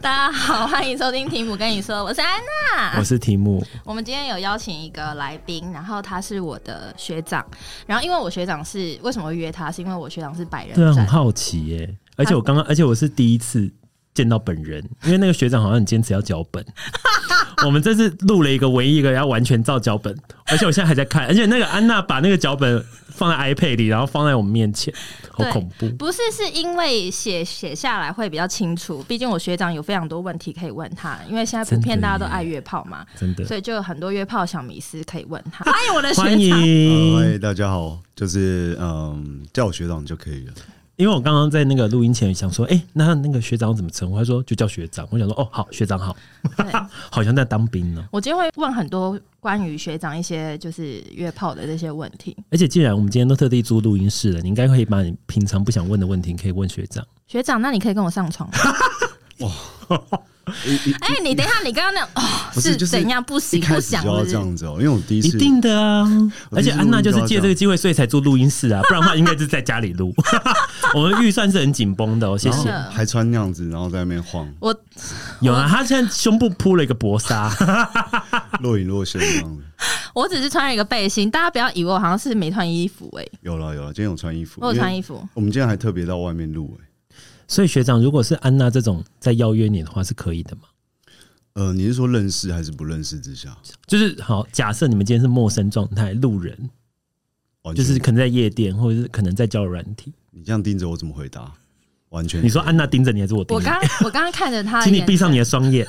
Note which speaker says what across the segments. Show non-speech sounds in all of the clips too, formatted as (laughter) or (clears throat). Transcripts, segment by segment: Speaker 1: 大家好，欢迎收听题目跟你说，我是安娜。
Speaker 2: 我是题目，
Speaker 1: 我们今天有邀请一个来宾，然后他是我的学长，然后因为我学长是为什么会约他，是因为我学长是百人
Speaker 2: 对啊，很
Speaker 1: 展，
Speaker 2: 好奇耶、而且我刚刚，而且我是第一次见到本人，因为那个学长好像很坚持要脚
Speaker 1: (laughs)
Speaker 2: 本。我们这次录了一个唯一一个要完全照脚本，而且我现在还在看，而且那个安娜把那个脚本放在 iPad 里，然后放在我们面前，好
Speaker 1: 对
Speaker 2: 恐怖。
Speaker 1: 不是是因为写写下来会比较清楚，毕竟我学长有非常多问题可以问他，因为现在普遍
Speaker 2: 真的耶
Speaker 1: 大家都爱约炮嘛，
Speaker 2: 真的
Speaker 1: 所以就有很多约炮小迷思可以问他。欢迎我的学
Speaker 2: 欢
Speaker 1: 长，
Speaker 2: 迎
Speaker 3: 呃，嗨，大家好，就是嗯，叫我学长就可以了。
Speaker 2: 因为我刚刚在那个录音前想说，哎、那那个学长怎么称呼？他说就叫学长。我想说，哦，好，学长好，
Speaker 1: 对
Speaker 2: (laughs) 好像在当兵呢。
Speaker 1: 我今天会问很多关于学长一些就是约炮的这些问题。
Speaker 2: 而且既然我们今天都特地租录音室了，你应该可以把你平常不想问的问题可以问学长。
Speaker 1: 学长，那你可以跟我上 (laughs) 床吗？ (laughs) 哎、你等一下，你刚刚那哦
Speaker 3: 不是就是
Speaker 1: 怎样不行
Speaker 3: 一
Speaker 1: 不
Speaker 3: 开始
Speaker 1: 想
Speaker 3: 就要
Speaker 1: 的
Speaker 3: 这样子哦、因为我第一
Speaker 2: 一
Speaker 3: 次
Speaker 2: 定的啊！
Speaker 3: 我
Speaker 2: 而
Speaker 3: 第一次
Speaker 2: 且安娜就是借这
Speaker 3: 录
Speaker 2: 个
Speaker 3: 音
Speaker 2: 机会，所以才住录音室啊， (laughs) 不然的话应该就是在家里录。 (laughs) 我们预算是很紧绷的哦，谢
Speaker 3: 然后
Speaker 2: 谢。
Speaker 3: 还穿那样子，然后在那边晃，
Speaker 1: 我
Speaker 2: 有啊，她现在胸部铺了一个薄纱，
Speaker 3: 若隐若现这样子。 (laughs)
Speaker 1: 我只是穿了一个背心，大家不要以为我好像是没穿衣服哎、
Speaker 3: 有了有了，今天有穿衣服，
Speaker 1: 我有穿
Speaker 3: 因为
Speaker 1: 衣服。
Speaker 3: 我们今天还特别到外面录哎、
Speaker 2: (laughs) 所以学长，如果是安娜这种在邀约你的话，是可以的嘛？
Speaker 3: 呃，你是说认识还是不认识之下？
Speaker 2: 就是好，假设你们今天是陌生状态，路人，
Speaker 3: 完
Speaker 2: 就
Speaker 3: 全
Speaker 2: 哦是可能在夜店，或者是可能在交友软体。
Speaker 3: 你这样盯着我怎么回答？完全
Speaker 2: 你说安娜盯着你，还是我盯
Speaker 1: 我
Speaker 2: 着你？
Speaker 1: 刚我刚刚看着 (laughs) 他，
Speaker 2: 请你闭上你。的双眼。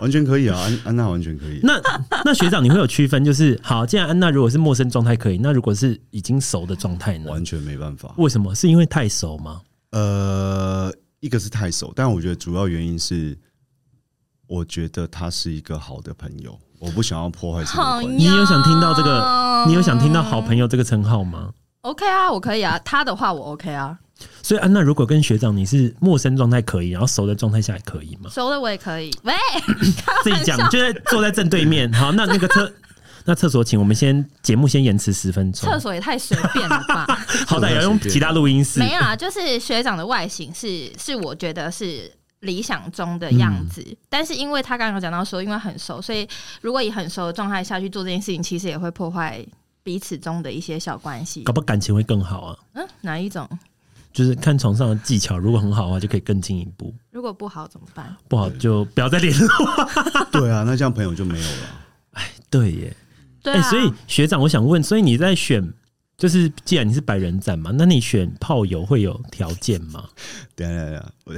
Speaker 3: 完全可以啊，安安娜完全可以。
Speaker 2: 那 (laughs) 那学长，你会有区分？就是好，既然安娜如果是陌生状态可以，那如果是已经熟的状态呢？
Speaker 3: 完全没办法。
Speaker 2: 为什么？是因为太熟吗？
Speaker 3: 呃，一个是太熟，但我觉得主要原因是，我觉得他是一个好的朋友，我不想要破坏这个
Speaker 1: 好
Speaker 3: 关系。
Speaker 2: 你有想听到这个
Speaker 1: 哟
Speaker 2: 你有想听到好朋友这个称号吗？
Speaker 1: OK 啊，我可以啊，他的话我 OK 啊，
Speaker 2: 所以安娜，如果跟学长你是陌生状态可以，然后熟的状态下也可以
Speaker 1: (laughs)
Speaker 2: 吗？
Speaker 1: 熟的我也可以。 (laughs) 喂，
Speaker 2: 自己讲，就是坐在正对面。好，那那个
Speaker 1: (laughs)
Speaker 2: 厕，那厕所，请我们先节目先延迟十分钟，
Speaker 1: 厕所也太随便了吧？
Speaker 2: 好歹也要用其他录音室。
Speaker 1: 没有啊，就是学长的外形是是我觉得是理想中的样子，
Speaker 2: 嗯
Speaker 1: 但是因为他刚刚有讲到说，因为很熟，所以如果以很熟的状态下去做这件事情，其实也会破坏彼此中的一些小关系
Speaker 2: 搞。不好感情会更好啊。
Speaker 1: 嗯，哪一种？
Speaker 2: 就是看床上的技巧，如果很好的话，就可以更进一步；
Speaker 1: 如果不好怎么办？
Speaker 2: 不好就不要再联
Speaker 1: (laughs)
Speaker 2: 络。
Speaker 3: 对啊，那这样朋友就没有了。
Speaker 2: 对耶，
Speaker 1: 对
Speaker 2: 哎、
Speaker 1: 啊，
Speaker 2: 所以学长，我想问，所以你在选，就是既然你是百人展嘛，那你选炮友会有条件吗？
Speaker 3: 等一下等一下，我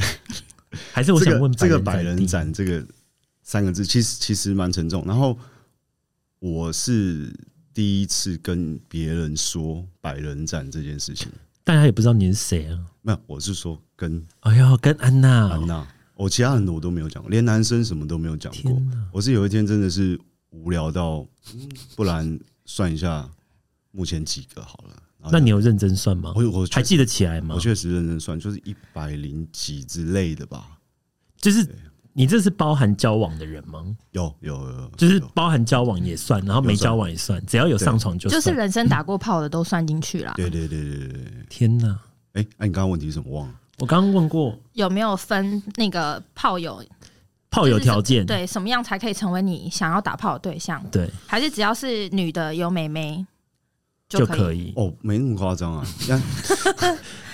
Speaker 2: 还是我
Speaker 3: 这
Speaker 2: 想问
Speaker 3: 个这个
Speaker 2: 百
Speaker 3: 百人
Speaker 2: 地
Speaker 3: 展这个三个字，其实其实蛮沉重。然后我是第一次跟别人说百人展这件事情，
Speaker 2: 大家也不知道你是谁啊。
Speaker 3: 没有，我是说跟
Speaker 2: 哎呦，跟安娜，
Speaker 3: 安娜，我其他很多我都没有讲，连男生什么都没有讲过
Speaker 2: 哦天。哪！
Speaker 3: 我是有一天真的是无聊到，不然算一下目前几个好了。然后
Speaker 2: 那你有认真算吗？
Speaker 3: 我我确
Speaker 2: 还记得起来吗
Speaker 3: 我？确实认真算，就是一百零几之类的吧。
Speaker 2: 就是你这是包含交往的人吗？
Speaker 3: 有有有有，
Speaker 2: 就是
Speaker 3: 有
Speaker 2: 包含交往也算，然后没交往也算，只要有上床就
Speaker 1: 就
Speaker 2: 算。
Speaker 1: 是人生打过炮的都算进去啦。
Speaker 3: 对对对对对对。
Speaker 2: 天哪！
Speaker 3: 哎、那、你刚刚问题是什么忘了？
Speaker 2: 我刚刚问过
Speaker 1: 有没有分那个炮友？
Speaker 2: 炮友条件，
Speaker 1: 对，什么样才可以成为你想要打炮的对象？
Speaker 2: 对
Speaker 1: 还是只要是女的有妹妹
Speaker 2: 就
Speaker 1: 可以？
Speaker 2: 可以。
Speaker 3: 哦，没那么夸张啊。那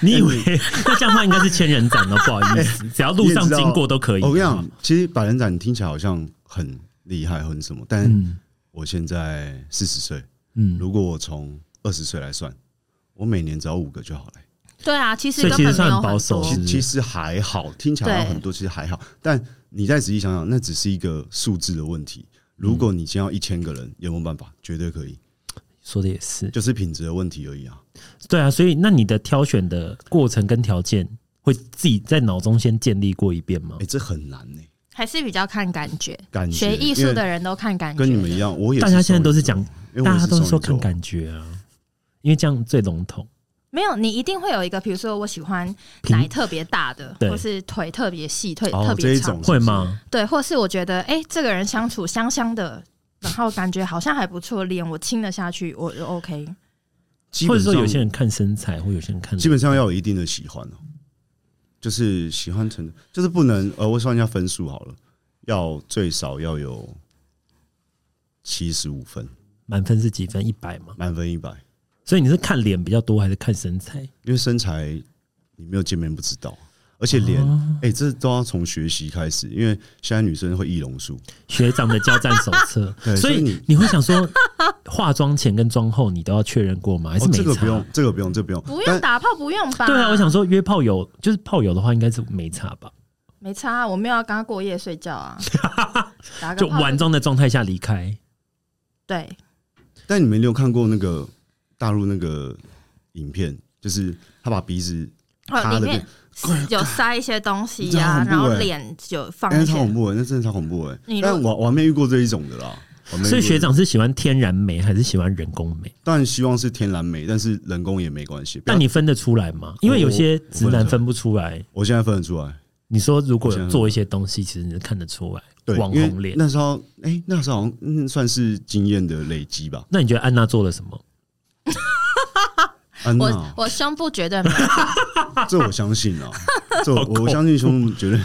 Speaker 2: 你以为 (laughs) 那这样的话应该是千人斩哦？不好意 (laughs) 思，只要路上经过都 (laughs) 可以。啊
Speaker 3: 我跟你讲，其实百人展听起来好像很厉害，很什么，但
Speaker 2: 嗯
Speaker 3: 我现在四十岁，
Speaker 2: 嗯，
Speaker 3: 如果我从二十岁来算，我每年只要五个就好了、
Speaker 1: 对啊，其实
Speaker 2: 所以
Speaker 1: 根
Speaker 2: 其
Speaker 1: 本
Speaker 2: 实
Speaker 1: 没
Speaker 2: 算
Speaker 1: 有
Speaker 2: 保
Speaker 1: 很
Speaker 2: 守
Speaker 1: 多
Speaker 2: 是
Speaker 3: 其其实还好，听起来好像很多，其实还好。但你再仔细想想，那只是一个数字的问题。如果你今天要一千个人，有没有办法？绝对可以，
Speaker 2: 说的也是。
Speaker 3: 就是品质的问题而已啊。
Speaker 2: 对啊，所以那你的挑选的过程跟条件会自己在脑中先建立过一遍吗
Speaker 3: 哎、？这很难呢、
Speaker 1: 还是比较看感觉。
Speaker 3: 感
Speaker 1: 嗯
Speaker 3: 觉
Speaker 1: 学艺术的
Speaker 3: 因为
Speaker 1: 人都看感觉，
Speaker 3: 跟你们一样，我也
Speaker 2: 大家现在都是
Speaker 3: 双
Speaker 2: 讲
Speaker 3: 鱼座，因为我
Speaker 2: 大
Speaker 3: 也
Speaker 2: 家
Speaker 3: 是
Speaker 2: 都说
Speaker 3: 双鱼座
Speaker 2: 看感觉啊，因为这样最笼统。
Speaker 1: 没有，你一定会有一个，比如说我喜欢
Speaker 2: 平
Speaker 1: 奶特别大的，
Speaker 2: 对
Speaker 1: 或是腿特别细、腿
Speaker 3: 哦
Speaker 1: 特
Speaker 3: 这
Speaker 1: 别
Speaker 3: 一
Speaker 1: 长
Speaker 3: 种，
Speaker 2: 会吗？
Speaker 1: 对，或是我觉得哎、诶这个人相处香香的，然后感觉好像还不错，脸我亲得下去，我就 OK。
Speaker 3: 基
Speaker 2: 或
Speaker 3: 本
Speaker 2: 者
Speaker 3: 上
Speaker 2: 说有些人看身材，或有些人看
Speaker 3: 基本上要有一定的喜欢哦。就是喜欢程度，就是不能呃，我算一下分数好了，要最少要有七十五分，
Speaker 2: 满分是几分？一百吗？
Speaker 3: 满分一百，
Speaker 2: 所以你是看脸比较多，还是看身材？
Speaker 3: 因为身材你没有见面不知道，而且脸，哎、
Speaker 2: 啊
Speaker 3: 这都要从学习开始，因为现在女生会易容术，，
Speaker 2: 学长的交战手册
Speaker 3: (laughs) 对
Speaker 2: 所
Speaker 3: 所以
Speaker 2: 以
Speaker 3: 你
Speaker 2: 你会想说，化妆前跟妆后你都要确认过吗？还是
Speaker 3: 哦，
Speaker 2: 没、差？
Speaker 3: 这个不用，这个不用，这个不用，
Speaker 1: 不
Speaker 3: 但
Speaker 1: 用打炮，不用吧？
Speaker 2: 对啊，我想说约炮友就是炮友的话，应该是没差吧？
Speaker 1: 没差啊，我没有要跟他过夜睡觉
Speaker 3: (laughs)
Speaker 1: 啊，打个
Speaker 2: 就
Speaker 1: 炮
Speaker 2: 玩妆的状态下离开。
Speaker 1: 对，
Speaker 3: 但你们有看过那个大陆那个影片，就是他把鼻子
Speaker 1: 哦，
Speaker 3: 塌
Speaker 1: 里
Speaker 3: 的
Speaker 1: 面
Speaker 3: 变，
Speaker 1: 有塞一些东西
Speaker 3: 这
Speaker 1: 呀、
Speaker 3: 很恐怖
Speaker 1: 然后
Speaker 3: 欸
Speaker 1: 脸就放
Speaker 3: 哎、
Speaker 1: 一
Speaker 3: 超恐
Speaker 1: 些。
Speaker 3: 怖哎、那真的超恐怖哎、
Speaker 1: 你如
Speaker 3: 但我我还没遇过这一种的啦。我还没遇过
Speaker 2: 所以学
Speaker 3: 这种，
Speaker 2: 长是喜欢天然美还是喜欢人工美？
Speaker 3: 当然希望是天然美，但是人工也没关系。不要
Speaker 2: 但你分得出来吗？因为有些直男分不出来。
Speaker 3: 我现在分得出来，
Speaker 2: 你说如果
Speaker 3: 我
Speaker 2: 有
Speaker 3: 想
Speaker 2: 做一些东西，其实你是看得出来
Speaker 3: 对，
Speaker 2: 网
Speaker 3: 因为
Speaker 2: 红脸。
Speaker 3: 那时候，哎、那时候好像、嗯、算是经验的累积吧。
Speaker 2: 那你觉得安娜做了什么？
Speaker 3: 安
Speaker 1: 我
Speaker 3: 娜，
Speaker 1: 我胸部绝对没有，
Speaker 3: (laughs) 这我相信
Speaker 2: (laughs)
Speaker 3: 啊，这我
Speaker 2: 好恐怖
Speaker 3: 我相信兄弟绝对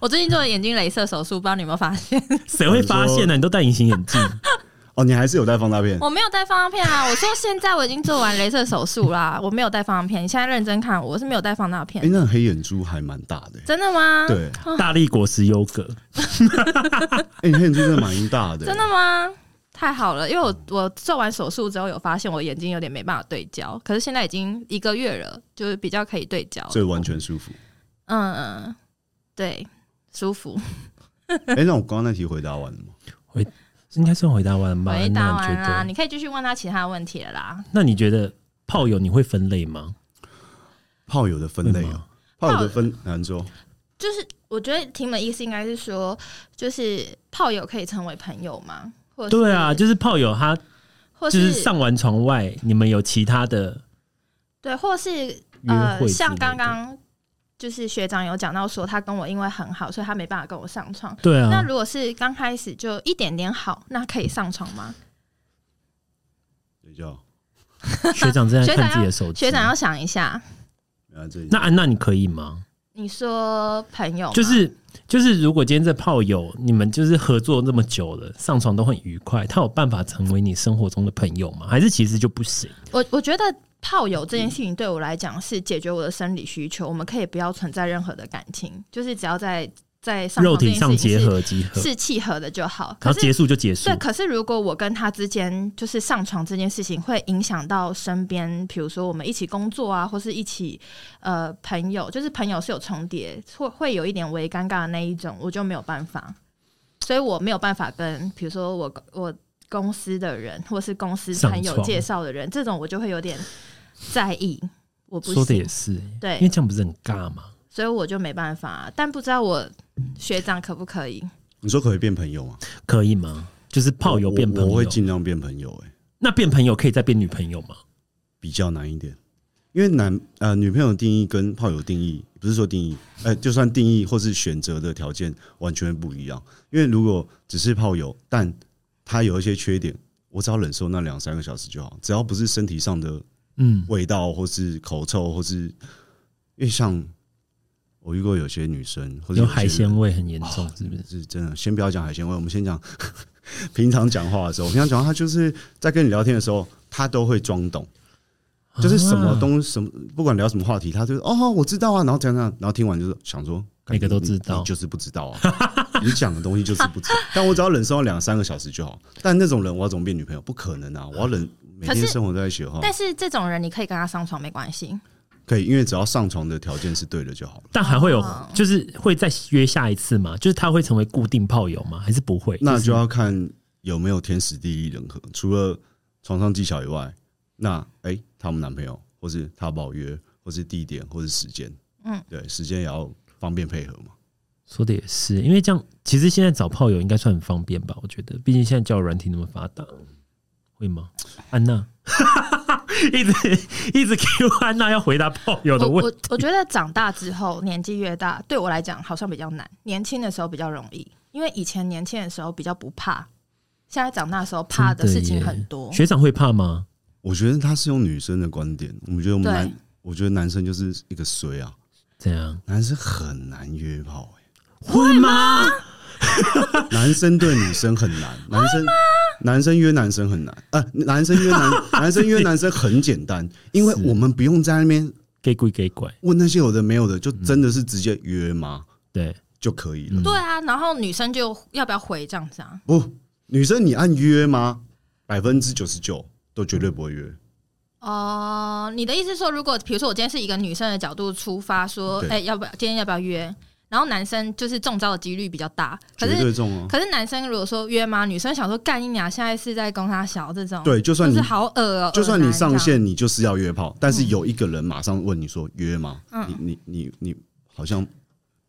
Speaker 1: 我最近做了眼睛镭射手术，不知道你有没有发现？ (laughs)
Speaker 2: 谁会发现呢、你都戴隐形眼镜，
Speaker 3: (laughs) 哦，你还是有带放大片，
Speaker 2: 哦
Speaker 1: 我没有带放大片啊！我说现在我已经做完镭射手术啦，我没有带放大片。你现在认真看，我是没有带放大
Speaker 3: 哎、
Speaker 1: 片。
Speaker 3: 那黑眼珠还蛮大的、
Speaker 1: 真的吗？，
Speaker 3: 对，
Speaker 2: 大力果实优格，
Speaker 3: 哎、你黑眼珠真的蛮大的、
Speaker 1: 真的吗？太好了，因为我我做完手术之后有发现我眼睛有点没办法对焦，可是现在已经一个月了，就是比较可以对焦。
Speaker 3: 所以完全舒服。
Speaker 1: 嗯，嗯，对，舒服。
Speaker 3: 哎、那我刚刚那题回答完了吗？
Speaker 2: 应该算回答完了吧？
Speaker 1: 回答
Speaker 2: 安
Speaker 1: 完啦，
Speaker 2: 娜你觉得？
Speaker 1: 你可以继续问他其他问题了啦。
Speaker 2: 那你觉得炮友你会分类吗？
Speaker 3: 炮友的分类
Speaker 2: 会
Speaker 3: 啊
Speaker 2: 吗，
Speaker 3: 炮友的分难说。
Speaker 1: 就是我觉得听的意思应该是说，就是炮友可以成为朋友吗？或是
Speaker 2: 对啊，就是炮友他
Speaker 1: 或
Speaker 2: 就是
Speaker 1: 是
Speaker 2: 上完床外，你们有其他的
Speaker 1: 对，或是
Speaker 2: 约会之类
Speaker 1: 呃，
Speaker 2: 的？
Speaker 1: 像刚刚就是学长有讲到说，他跟我因为很好，所以他没办法跟我上床。
Speaker 2: 对
Speaker 1: 那
Speaker 2: 啊，
Speaker 1: 如果是刚开始就一点点好，那可以上床吗？
Speaker 3: 等一下哦，
Speaker 2: 学长正在
Speaker 1: 学长要
Speaker 2: 看自己的手机。
Speaker 1: 学长要想一下，
Speaker 3: 原来这里
Speaker 2: 那安娜你可以吗？
Speaker 1: 你说朋友吗
Speaker 2: 就是就是，如果今天这炮友你们就是合作那么久了，上床都很愉快，他有办法成为你生活中的朋友吗？还是其实就不行？
Speaker 1: 我我觉得炮友
Speaker 2: 嗯
Speaker 1: 这件事情对我来讲是解决我的生理需求，我们可以不要存在任何的感情，就是只要在在上
Speaker 2: 肉
Speaker 1: 床这件
Speaker 2: 体
Speaker 1: 事
Speaker 2: 上
Speaker 1: 情
Speaker 2: 结
Speaker 1: 是
Speaker 2: 合集合，
Speaker 1: 是契合的就好。
Speaker 2: 然
Speaker 1: 可
Speaker 2: 后结
Speaker 1: 是
Speaker 2: 束就结束
Speaker 1: 对，。可是如果我跟他之间就是上床这件事情会影响到身边，比如说我们一起工作啊，或是一起呃朋友，就是朋友是有重叠，会会有一点微尴尬的那一种，我就没有办法，所以我没有办法跟比如说我我公司的人或是公司
Speaker 2: 上
Speaker 1: 朋友
Speaker 2: 床
Speaker 1: 介绍的人，这种我就会有点在意，我不
Speaker 2: 说的
Speaker 1: 行
Speaker 2: 也，是、欸因为
Speaker 1: 对，
Speaker 2: 这样不是很尬吗？
Speaker 1: 所以我就没办法，但不知道我学长可不可以？
Speaker 3: 你说可以变朋友吗？
Speaker 2: 可以吗？就是炮友
Speaker 3: 我
Speaker 2: 变朋
Speaker 3: 我
Speaker 2: 友
Speaker 3: 会，尽量变朋友、哎，
Speaker 2: 那变朋友可以再变女朋友吗？
Speaker 3: 比较难一点，因为男呃女朋友的定义跟炮友定义不是说定义，呃，就算定义或是选择的条件完全不一样。因为如果只是炮友，但他有一些缺点，我只要忍受那两三个小时就好，只要不是身体上的
Speaker 2: 嗯，
Speaker 3: 味道，或是口臭，或是因为像我遇过有些女生或者
Speaker 2: 有海鲜味很严重，是不是？
Speaker 3: 哦是真的，先不要讲海鲜味，我们先讲 (laughs) 平常讲话的时候。平常讲话，他就是在跟你聊天的时候，他都会装懂，就是什么
Speaker 2: 啊
Speaker 3: 东什么，不管聊什么话题，他就哦我知道啊，然后怎样怎样，然后听完就是想说，
Speaker 2: 每个都知
Speaker 3: 你
Speaker 2: 道
Speaker 3: 你就是不知道啊，你讲的东西就是不知道。 (laughs) 但我只要忍受两三个小时就好。但那种人，我要怎么变女朋友？不可能啊！我要忍每
Speaker 1: 可
Speaker 3: 天
Speaker 1: 是
Speaker 3: 生活在一起的话，
Speaker 1: 但是这种人你可以跟他上床没关系。
Speaker 3: 可以，因为只要上床的条件是对的就好了。
Speaker 2: 但还会有
Speaker 1: 哦，
Speaker 2: 就是会再约下一次吗？就是他会成为固定炮友吗？还是不会？
Speaker 3: 那
Speaker 2: 是
Speaker 3: 就要看有没有天时地利人和。除了床上技巧以外，那哎、诶他们男朋友，或是他不好约，或是地点，或是时间，
Speaker 1: 嗯，
Speaker 3: 对，时间也要方便配合嘛。
Speaker 2: 说的也是，因为这样其实现在找炮友应该算很方便吧？我觉得，毕竟现在交友软体那么发达，会吗？安娜 (laughs) 一直一直 Q 安娜要回答炮友的
Speaker 1: 我
Speaker 2: 问
Speaker 1: 我我觉得长大之后，年纪越大，对我来讲好像比较难。年轻的时候比较容易，因为以前年轻的时候比较不怕，现在长大的时候怕的
Speaker 2: 真
Speaker 1: 事情
Speaker 2: 耶
Speaker 1: 很多。
Speaker 2: 学长会怕吗？
Speaker 3: 我觉得他是用女生的观点，我们觉得我
Speaker 1: 对
Speaker 3: 们男，我觉得男生就是一个衰啊，
Speaker 2: 怎样？
Speaker 3: 男生很难约炮、
Speaker 2: 会吗？
Speaker 3: 欸， (laughs) 男生对女生很难，男生男生约男生很难，呃，男生约男男生约男生很简单，因为我们不用在那边
Speaker 2: 给鬼给鬼，
Speaker 3: 问那些有的没有的，
Speaker 1: 嗯
Speaker 3: 就真的是直接约吗、
Speaker 2: 对，
Speaker 3: 就可以了。
Speaker 1: 对啊，然后女生就要不要回这样子啊？
Speaker 3: 不，女生你按约吗？百分之九十九都绝对不会
Speaker 1: 嗯
Speaker 3: 约。
Speaker 1: 哦，你的意思是说，如果比如说我今天是以一个女生的角度出发，说，
Speaker 3: 对
Speaker 1: 哎、要不要今天要不要约？然后男生就是中招的几率比较大，可
Speaker 3: 绝
Speaker 1: 是
Speaker 3: 对中哦、
Speaker 1: 可是男生如果说约吗？女生想说干你俩，现在是在攻他小这种，，
Speaker 3: 对，就算
Speaker 1: 就是
Speaker 3: 你
Speaker 1: 好恶哦、
Speaker 3: 就算你上
Speaker 1: 恶男
Speaker 3: 线，你就是要约
Speaker 1: 嗯
Speaker 3: 炮，但是有一个人马上问你说约吗？你你你你好像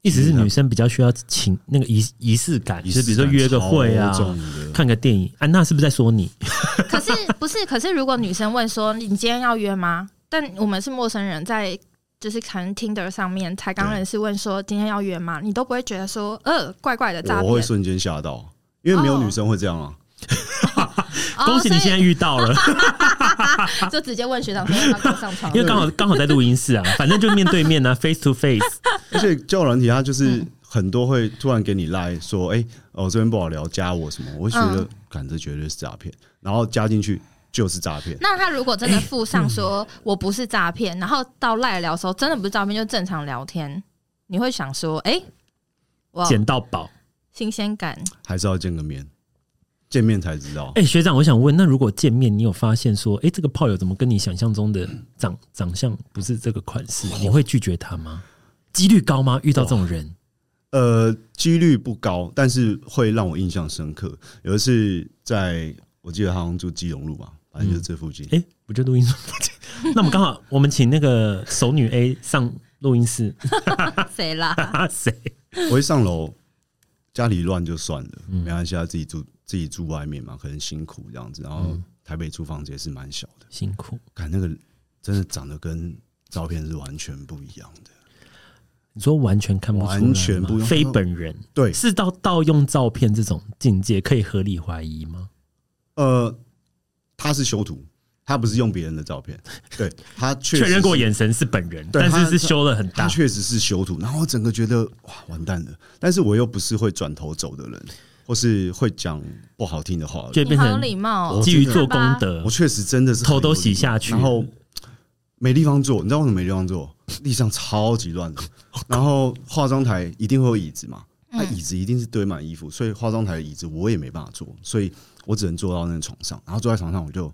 Speaker 2: 意思是女生比较需要情那个仪仪式感，就是比如说约个会啊
Speaker 3: 超，重的
Speaker 2: 看个电影。安娜是不是在说你？
Speaker 1: 这样。可
Speaker 2: (laughs)
Speaker 1: 是不是？可是如果女生问说你今天要约吗？但我们是陌生人，在就是可能 Tinder 上面才刚认识，问说今天要约吗？你都不会觉得说呃怪怪的 (laughs) 诈
Speaker 3: 我会
Speaker 1: 骗。
Speaker 3: 瞬间吓到，因为没有
Speaker 1: 哦
Speaker 3: 女生会这样啊。
Speaker 1: 哦
Speaker 2: 恭喜你现在遇到
Speaker 1: (laughs)
Speaker 2: 了，
Speaker 1: 所以 (laughs) 就直接问学长说要不要跟我上床，
Speaker 2: 因为刚好刚好在录音室啊，反正就面对面啊，face
Speaker 1: (laughs)
Speaker 2: to face。
Speaker 3: (laughs) 而且交友软体它就是
Speaker 2: 嗯
Speaker 3: 很多会突然给你赖说，哎、哦这边不好聊，加我什么？我就觉
Speaker 2: 嗯
Speaker 3: 得，感、这绝对是诈骗，然后加进去就是诈骗。
Speaker 1: 那他如果真的附上说我不是诈骗，然后到赖聊的时候真的不是诈骗，就正常聊天，你会想说，哎、哇，
Speaker 2: 捡到宝。
Speaker 1: 新鲜感，
Speaker 3: 还是要见个面，见面才知道。
Speaker 2: 哎、学长，我想问，那如果见面，你有发现说，哎、这个炮友怎么跟你想象中的长 (clears throat) 长相不是这个款式，你会拒绝他吗？几率高吗？遇到这种人，
Speaker 3: 呃，几率不高，但是会让我印象深刻。有一次在，我记得好像住基隆路吧，反正就是这附近。
Speaker 2: 哎、不就录音室附近？那我们刚好，我们请那个熟女 A 上录音
Speaker 3: (laughs)
Speaker 2: 室，
Speaker 1: 谁
Speaker 2: (laughs)
Speaker 1: 啦？
Speaker 2: 啊，谁？
Speaker 3: 我一上楼，家里乱就算了，
Speaker 2: 嗯
Speaker 3: 没关系，他自己住自己住外面嘛，可能辛苦这样子。然
Speaker 2: 嗯
Speaker 3: 后台北租房子也是蛮小的，
Speaker 2: 辛苦。
Speaker 3: 看那个真的长得跟照片是完全不一样的。
Speaker 2: 你说完全看不出来吗，
Speaker 3: 完全不
Speaker 2: 非本人，
Speaker 3: 对，
Speaker 2: 是到盗用照片这种境界，可以合理怀疑吗？
Speaker 3: 呃，他是修图，他不是用别人的照 (laughs) 片，对他确实
Speaker 2: 确认过
Speaker 3: 是
Speaker 2: 眼神是本人，
Speaker 3: 对
Speaker 2: 但
Speaker 3: 他
Speaker 2: 是是修了很
Speaker 3: 他
Speaker 2: 大。
Speaker 3: 确实是修图，然后我整个觉得哇完蛋了，但是我又不是会转头走的人，或是会讲不好听的话的人，
Speaker 2: 就
Speaker 1: 你
Speaker 2: 变
Speaker 1: 好有
Speaker 2: 成
Speaker 1: 礼貌、哦
Speaker 3: 我，
Speaker 2: 基于做功德
Speaker 3: 我，确实真的是很
Speaker 2: 头都
Speaker 3: 有礼
Speaker 2: 洗
Speaker 3: 貌
Speaker 2: 下去
Speaker 3: 然后没地方坐，你知道为什么没地方坐？ (laughs) 地上超级乱
Speaker 2: (laughs)
Speaker 3: 的，然后化妆台一定会有椅子嘛，
Speaker 2: 嗯
Speaker 3: 那、椅子一定是堆满衣服，所以化妆台的椅子我也没办法坐，所以我只能坐到那个床上，然后坐在床上我就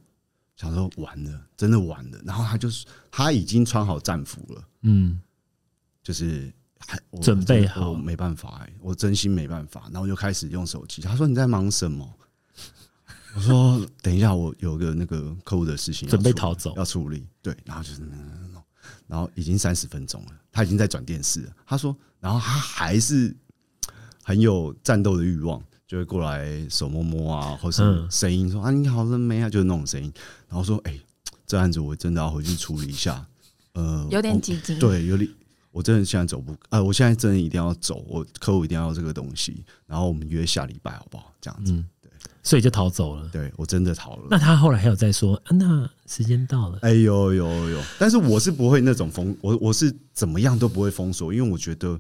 Speaker 3: 想说完了，真的完了，然后他就是他已经穿好战服了。
Speaker 2: 嗯，
Speaker 3: 就是还我
Speaker 2: 准备
Speaker 3: 真的
Speaker 2: 好
Speaker 3: 我没办法、欸，我真心没办法。然后我就开始用手机，他说你在忙什么？ (laughs) 我说等一下，我有个那个客户的事情要
Speaker 2: 准备
Speaker 3: 处理
Speaker 2: 逃走
Speaker 3: 要处理。对，然后就是弄弄弄弄弄然后已经三十分钟了，他已经在转电视了。他说，然后他还是很有战斗的欲望，就会过来手摸摸啊，或是
Speaker 2: 嗯
Speaker 3: 声音说、啊你好了没啊，就是那种声音。然后说，哎、这案子我真的要回去处理一下。呃，
Speaker 1: 有点
Speaker 3: 我
Speaker 1: 激进，
Speaker 3: 对，有理。我真的现在走不，呃，我现在真的一定要走，我客户一定要这个东西，然后我们约下礼拜好不好？这样子，
Speaker 2: 嗯所以就逃走了。
Speaker 3: 对我真的逃了
Speaker 2: 那。他后来还有在说，啊、那时间到了，
Speaker 3: 哎呦呦呦！但是我是不会那种封，我我是怎么样都不会封锁，因为我觉得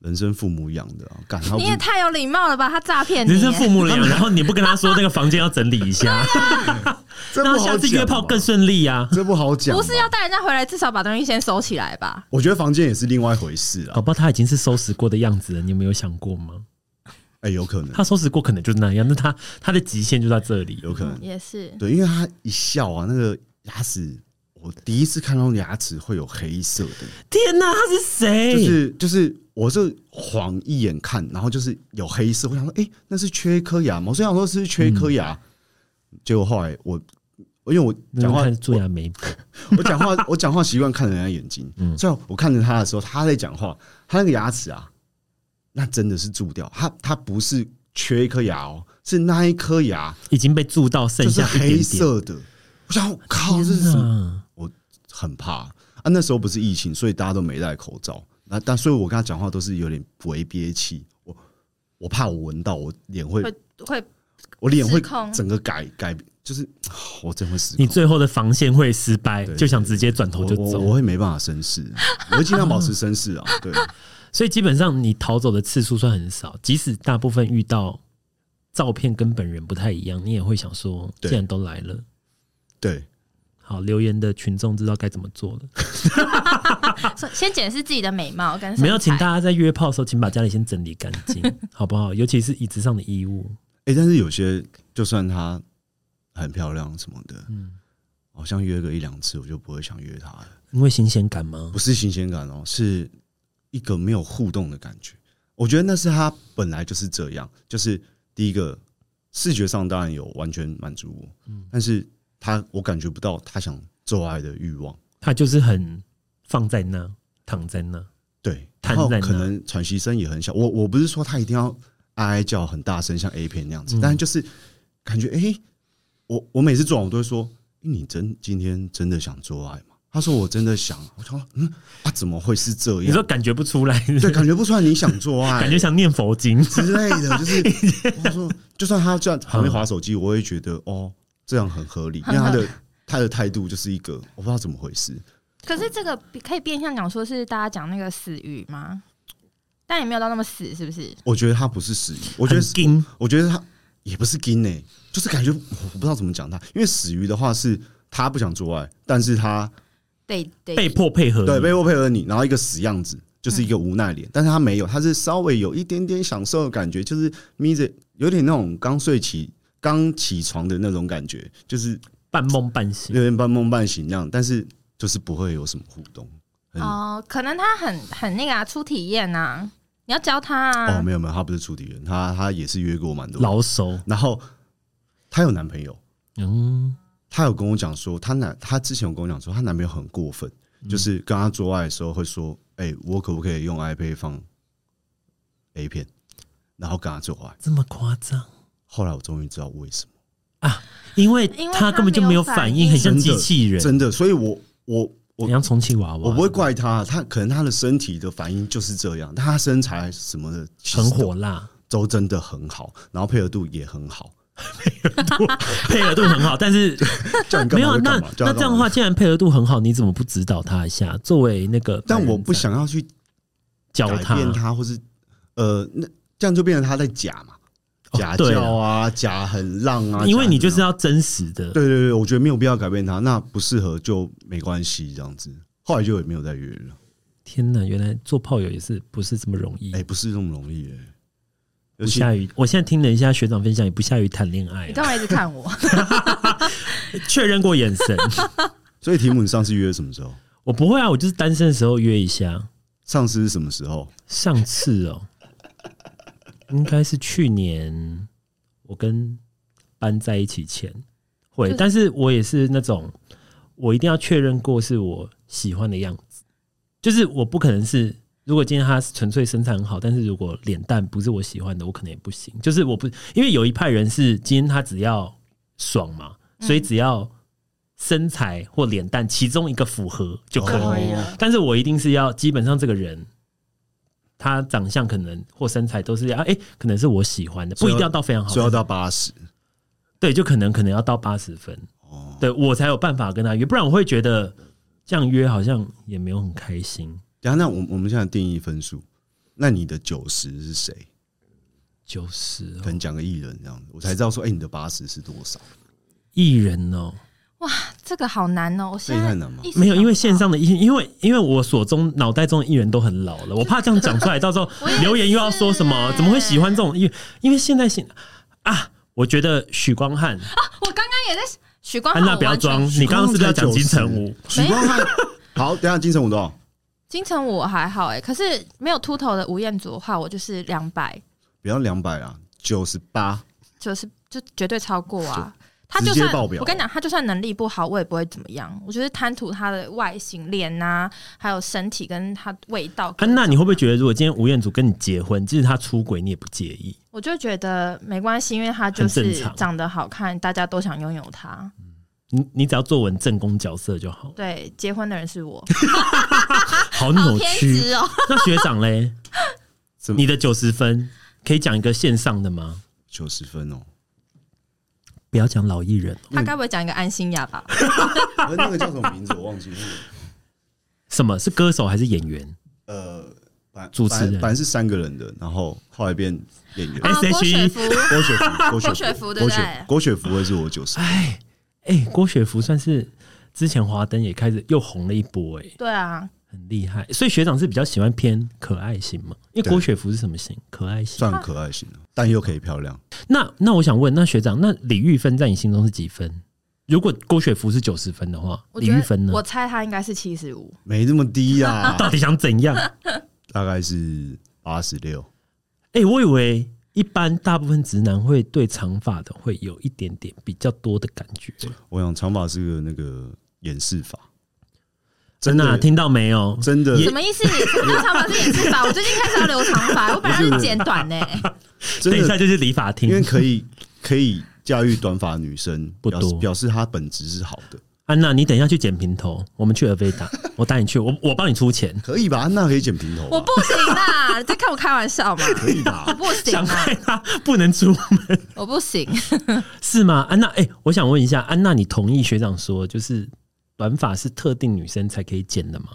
Speaker 3: 人生父母养的啊，干他不
Speaker 1: 你也太有礼貌了吧？他诈骗你
Speaker 3: 啊
Speaker 2: 你
Speaker 1: 耶，
Speaker 2: 是父母
Speaker 3: (laughs)
Speaker 2: 俩，然后你不跟他说那个房间要整理一下，
Speaker 3: 这
Speaker 2: 然
Speaker 3: 不
Speaker 2: 后
Speaker 3: 好
Speaker 2: 下次
Speaker 3: 讲
Speaker 2: 约炮
Speaker 3: 吧
Speaker 2: 更顺利啊。
Speaker 3: 这不好讲吧，
Speaker 1: 不是要带人家回来，至少把东西先收起来吧？
Speaker 3: 我觉得房间也是另外一回事啊
Speaker 2: 搞。不好他已经是收拾过的样子了，你有没有想过吗？
Speaker 3: 哎，有可能，
Speaker 2: 他收拾过可能就是那样，那他他的极限就到这里。
Speaker 3: 有可能，
Speaker 1: 也是，
Speaker 3: 对，因为他一笑啊，那个牙齿，我第一次看到牙齿会有黑色的。
Speaker 2: 天哪，他是谁？
Speaker 3: 就是就是，我是晃一眼看，然后就是有黑色，我想说，哎、那是缺一颗牙吗？我虽想说是不是缺一颗牙，结果后来我，因为我
Speaker 2: 那
Speaker 3: 讲话
Speaker 2: 看蛀牙嗯没补，
Speaker 3: 我讲
Speaker 2: (laughs)
Speaker 3: 话我讲话习惯看人家眼睛，
Speaker 2: 嗯
Speaker 3: 所以我看着他的时候，他在讲话，他那个牙齿啊，那真的是蛀掉，他他不是缺一颗牙哦，是那一颗牙
Speaker 2: 已经被蛀到剩
Speaker 3: 就是
Speaker 2: 下一点点。
Speaker 3: 黑色的，我想我靠，这是什么？
Speaker 2: 嗯，
Speaker 3: 很怕啊。那时候不是疫情，所以大家都没戴口罩。那但所以，我跟他讲话都是有点微憋气，我我怕我闻到，我脸会
Speaker 1: 会会
Speaker 3: 我脸会
Speaker 1: 失控
Speaker 3: 整个改改就是我真会失控
Speaker 2: 你最后的防线会失败，
Speaker 3: 对
Speaker 2: 就想直接转头就
Speaker 3: 我我我
Speaker 2: 走。
Speaker 3: 会没办法绅士，我会尽量保持绅
Speaker 1: (laughs)
Speaker 3: 士啊。对，
Speaker 2: 所以基本上你逃走的次数算很少，即使大部分遇到照片跟本人不太一样，你也会想说，既
Speaker 3: 对
Speaker 2: 然都来了，
Speaker 3: 对，
Speaker 2: 好留言的群众知道该怎么做了。
Speaker 1: 所以先检视自己的美貌跟身材
Speaker 2: 没有，请大家在约炮的时候，请把家里先整理干
Speaker 3: (laughs)
Speaker 2: 净，好不好？尤其是椅子上的衣物。
Speaker 3: 哎，但是有些就算她很漂亮什么的，
Speaker 2: 嗯
Speaker 3: 好像约个一两次我就不会想约她了。
Speaker 2: 因为新鲜感吗
Speaker 3: 不？是新鲜感哦，是一个没有互动的感觉。我觉得那是他本来就是这样，就是第一个视觉上当然有完全满足我，
Speaker 2: 嗯
Speaker 3: 但是他我感觉不到他想做爱的欲望，
Speaker 2: 它就是很放在那，躺在那。
Speaker 3: 对，
Speaker 2: 瘫
Speaker 3: 然后
Speaker 2: 在那
Speaker 3: 可能喘息声也很小。我我不是说他一定要哀哀叫很大声，像 A 片那样
Speaker 2: 嗯
Speaker 3: 子，但是就是感觉哎、诶我我每次做完我都会说，诶你真今天真的想做爱吗？他说我真的想，我想说嗯，啊怎么会是这
Speaker 2: 你
Speaker 3: 样
Speaker 2: 说？感觉不出来，
Speaker 3: 对，感觉不出来你想做爱，
Speaker 2: 感觉想念佛经。
Speaker 3: (laughs) 之类的，就是
Speaker 2: (laughs)
Speaker 3: 我说，就算他这样旁边划手机，我也觉得哦，这样很合理，因为他的他的态度就是一个我不知道怎么回事，
Speaker 1: 可是这个可以变相讲说是大家讲那个死鱼吗？但也没有到那么死，是不是？
Speaker 3: 我觉得他不是死鱼，我觉得
Speaker 2: 很硬
Speaker 3: 我觉得他也不是金呢、就是感觉我不知道怎么讲他，因为死鱼的话是他不想做爱，但是他
Speaker 1: 对对，
Speaker 2: 被迫配合你，
Speaker 3: 对被迫配合你，然后一个死样子。就是一个无奈脸，但是他没有，他是稍微有一点点享受的感觉，就是眯着，有点那种刚睡起、刚起床的那种感觉，就是
Speaker 2: 半梦半醒。
Speaker 3: 有点半梦半醒那样，但是就是不会有什么互动。很哦
Speaker 1: 哦、
Speaker 2: 嗯
Speaker 1: 可能他很很那个啊，初体验啊，你要教他
Speaker 2: 哦
Speaker 1: 啊。
Speaker 3: 没有没有，他不是处敌人，他他也是约过蛮多人，
Speaker 2: 老手，
Speaker 3: 然后她有男朋友，
Speaker 2: 嗯，
Speaker 3: 她有跟我讲说，她男她之前有跟我讲说，她男朋友很过分，
Speaker 2: 嗯
Speaker 3: 就是跟她做爱的时候会说，哎、我可不可以用 iPad 放 A 片，然后跟她做爱。
Speaker 2: 这么夸张
Speaker 3: 后来我终于知道为什么。
Speaker 2: 啊？因为
Speaker 1: 因为
Speaker 2: 他
Speaker 1: 他
Speaker 2: 根本就没有反应，
Speaker 1: 没有反应
Speaker 2: 很像机器人，
Speaker 3: 真的，所以我我
Speaker 2: 很
Speaker 3: 我
Speaker 2: 像充气娃娃。
Speaker 3: 我不会怪她，她可能她的身体的反应就是这样，但她身材什么的其实
Speaker 2: 很
Speaker 3: 都
Speaker 2: 火辣，
Speaker 3: 都真的很好，然后配合度也很好。
Speaker 2: 配合度很好，但是
Speaker 3: 叫 (laughs) 你干
Speaker 2: 没
Speaker 3: 嘛
Speaker 2: 有那
Speaker 3: 就干嘛叫
Speaker 2: 那这
Speaker 3: 他
Speaker 2: 样的
Speaker 3: 干嘛
Speaker 2: 话，既然配合度很好，你怎么不指导他一下？作为那个白人仔，
Speaker 3: 但我不想要去
Speaker 2: 教
Speaker 3: 改变他，或是呃，那这样就变成他在假嘛，
Speaker 2: 哦
Speaker 3: 假
Speaker 2: 对
Speaker 3: 叫
Speaker 2: 啊
Speaker 3: 啊，假很浪啊，
Speaker 2: 因为你就是
Speaker 3: 假很浪
Speaker 2: 要真实的。
Speaker 3: 对对对，我觉得没有必要改变他，那不适合就没关系这样子。后来就也没有再约了，
Speaker 2: 天哪，原来做炮友也是不是这么容易？
Speaker 3: 哎，不是那么容易哎，
Speaker 2: 不
Speaker 3: 尤其
Speaker 2: 下雨，我现在听了一下学长分享，也不下雨谈恋爱
Speaker 1: 你
Speaker 2: 啊、
Speaker 1: 干嘛一直看我？ (laughs)
Speaker 2: 确认过眼神。 (laughs)
Speaker 3: 所以题目你上次约什么时候？
Speaker 2: 我不会啊，我就是单身的时候约一下。
Speaker 3: 上次是什么时候？
Speaker 2: 上次哦，应该是去年我跟班在一起前会，
Speaker 1: 就是
Speaker 2: 但是我也是那种我一定要确认过是我喜欢的样子，就是我不可能是。如果今天他纯粹身材很好，但是如果脸蛋不是我喜欢的，我可能也不行。就是我不，因为有一派人是今天他只要爽嘛，所以只要身材或脸蛋其中一个符合就可以啊
Speaker 1: 可以
Speaker 3: 哦
Speaker 1: 了
Speaker 2: 但是我一定是要基本上这个人，他长相可能或身材都是要哎、诶可能是我喜欢的，不
Speaker 3: 所
Speaker 2: 一
Speaker 3: 以
Speaker 2: 定要到非常好，
Speaker 3: 哦所以要到八十
Speaker 2: 对，就可能可能要到八十分，
Speaker 3: 哦，
Speaker 2: 对我才有办法跟他约，不然我会觉得这样约好像也没有很开心。
Speaker 3: 等一下那我我们现在定义分数，那你的九十是谁？
Speaker 2: 就是哦
Speaker 3: 可能讲个艺人这样子，我才知道说，哎，你的八十是多少？
Speaker 2: 艺人哦，
Speaker 1: 这个好难哦，我现
Speaker 3: 这也
Speaker 1: 在
Speaker 3: 太难吗
Speaker 1: 一时
Speaker 2: 没有，
Speaker 1: 想
Speaker 2: 因
Speaker 1: 不
Speaker 2: 为
Speaker 1: 到
Speaker 2: 线上的艺，因为因为我所中脑袋中的艺人都很老了，我怕这样讲出来，到时候
Speaker 1: (laughs) 我也是
Speaker 2: 留言又要说什么，怎么会喜欢这种艺？因为现在现啊，我觉得许光汉、
Speaker 1: 我刚刚也在想许光汉，
Speaker 2: 安娜
Speaker 1: 我
Speaker 2: 不
Speaker 1: 哦
Speaker 2: 要
Speaker 1: 完全
Speaker 2: 装，你刚刚是不是要讲金城武？
Speaker 3: 许光
Speaker 1: 啊
Speaker 3: 汉， (laughs) 好，等一下金城武多少？
Speaker 1: 金城武我还好哎、可是没有秃头的吴彦祖的话，我就是两百，
Speaker 3: 不要两百啊，九十八。
Speaker 1: 就是就绝对超过啊。他
Speaker 3: 直
Speaker 1: 就
Speaker 3: 接
Speaker 1: 算
Speaker 3: 爆表
Speaker 1: 我跟你讲，他就算能力不好，我也不会怎么样。我就是贪图他的外形、脸呐、还有身体跟他味道。
Speaker 2: 安娜，啊你会不会觉得，如果今天吴彦祖跟你结婚，即使他出轨，你也不介意？
Speaker 1: 我就觉得没关系，因为他就
Speaker 2: 很
Speaker 1: 是
Speaker 2: 正常
Speaker 1: 长得好看，大家都想拥有他。
Speaker 2: 你你只要做稳正宫角色就好，
Speaker 1: 对，结婚的人是我，好
Speaker 2: 好扭
Speaker 1: 偏
Speaker 2: 曲。
Speaker 1: 执哦。
Speaker 2: 那学长嘞
Speaker 3: 怎，么
Speaker 2: 你的九十分可以讲一个线上的吗？
Speaker 3: 九十分哦，
Speaker 2: 不要讲老艺人，
Speaker 1: (laughs) 他该不会讲一个安心亚吧？
Speaker 3: 而那个叫什么名字我忘记了。
Speaker 2: 什么是歌手还是演员？
Speaker 3: 呃，本
Speaker 2: 主持人
Speaker 3: 本本来是三个人的，然后后来变演员。
Speaker 1: 啊，
Speaker 2: SHE
Speaker 1: 郭雪芙，郭
Speaker 3: 郭雪芙，郭
Speaker 1: 雪
Speaker 3: 雪
Speaker 1: 芙
Speaker 3: 芙，
Speaker 1: 对不
Speaker 3: 郭
Speaker 1: 对
Speaker 3: 雪郭雪芙会是我九十，
Speaker 2: 哎哎，郭雪芙算是之前华灯也开始又红了一波、哎，
Speaker 1: 对啊，
Speaker 2: 很厉害。所以学长是比较喜欢偏可爱型嘛？因为
Speaker 3: 对
Speaker 2: 郭雪芙是什么型？可爱型。
Speaker 3: 算可爱型的，但又可以漂亮。
Speaker 2: 那那我想问，那学长，那李玉芬在你心中是几分？如果郭雪芙是九十分的话，
Speaker 1: 我
Speaker 2: 李
Speaker 1: 觉
Speaker 2: 玉芬
Speaker 1: 得
Speaker 2: 呢
Speaker 1: 我？猜他应该是七十五，
Speaker 3: 没那么低呀、
Speaker 2: 到底想
Speaker 1: (laughs)
Speaker 2: 怎样？
Speaker 3: 大概是八十六。
Speaker 2: 哎、我以为一般大部分直男会对长发的会有一点点比较多的感觉，
Speaker 3: 我想长发是个那个演示法，
Speaker 2: 真的、啊、听到没有？
Speaker 3: 真的
Speaker 2: 也
Speaker 1: 什么意思？留长发是掩饰法？我最近开始要留长发，我本来是剪短呢、
Speaker 3: 真
Speaker 2: 等一下
Speaker 3: 的，
Speaker 2: 就是理发
Speaker 3: 因为
Speaker 2: 厅，
Speaker 3: 可以可以驾驭短发女生，
Speaker 2: 不
Speaker 3: 表示
Speaker 2: 多
Speaker 3: 表示她本质是好的，
Speaker 2: 安娜，你等一下去剪平头，我们去尔菲
Speaker 3: (laughs)
Speaker 2: 达，我带你去，我我帮你出钱，
Speaker 3: 可以吧？安娜可以剪平头吧，
Speaker 1: (laughs) 我不行啦，你在看我开玩笑吗？
Speaker 3: 可以吧
Speaker 1: 我？不行
Speaker 2: 想
Speaker 1: 啊
Speaker 2: 害，他不能出 (laughs) 门
Speaker 1: 我不行。
Speaker 2: 是吗？安娜，哎、我想问一下，安娜，你同意学长说就是短发是特定女生才可以剪的吗？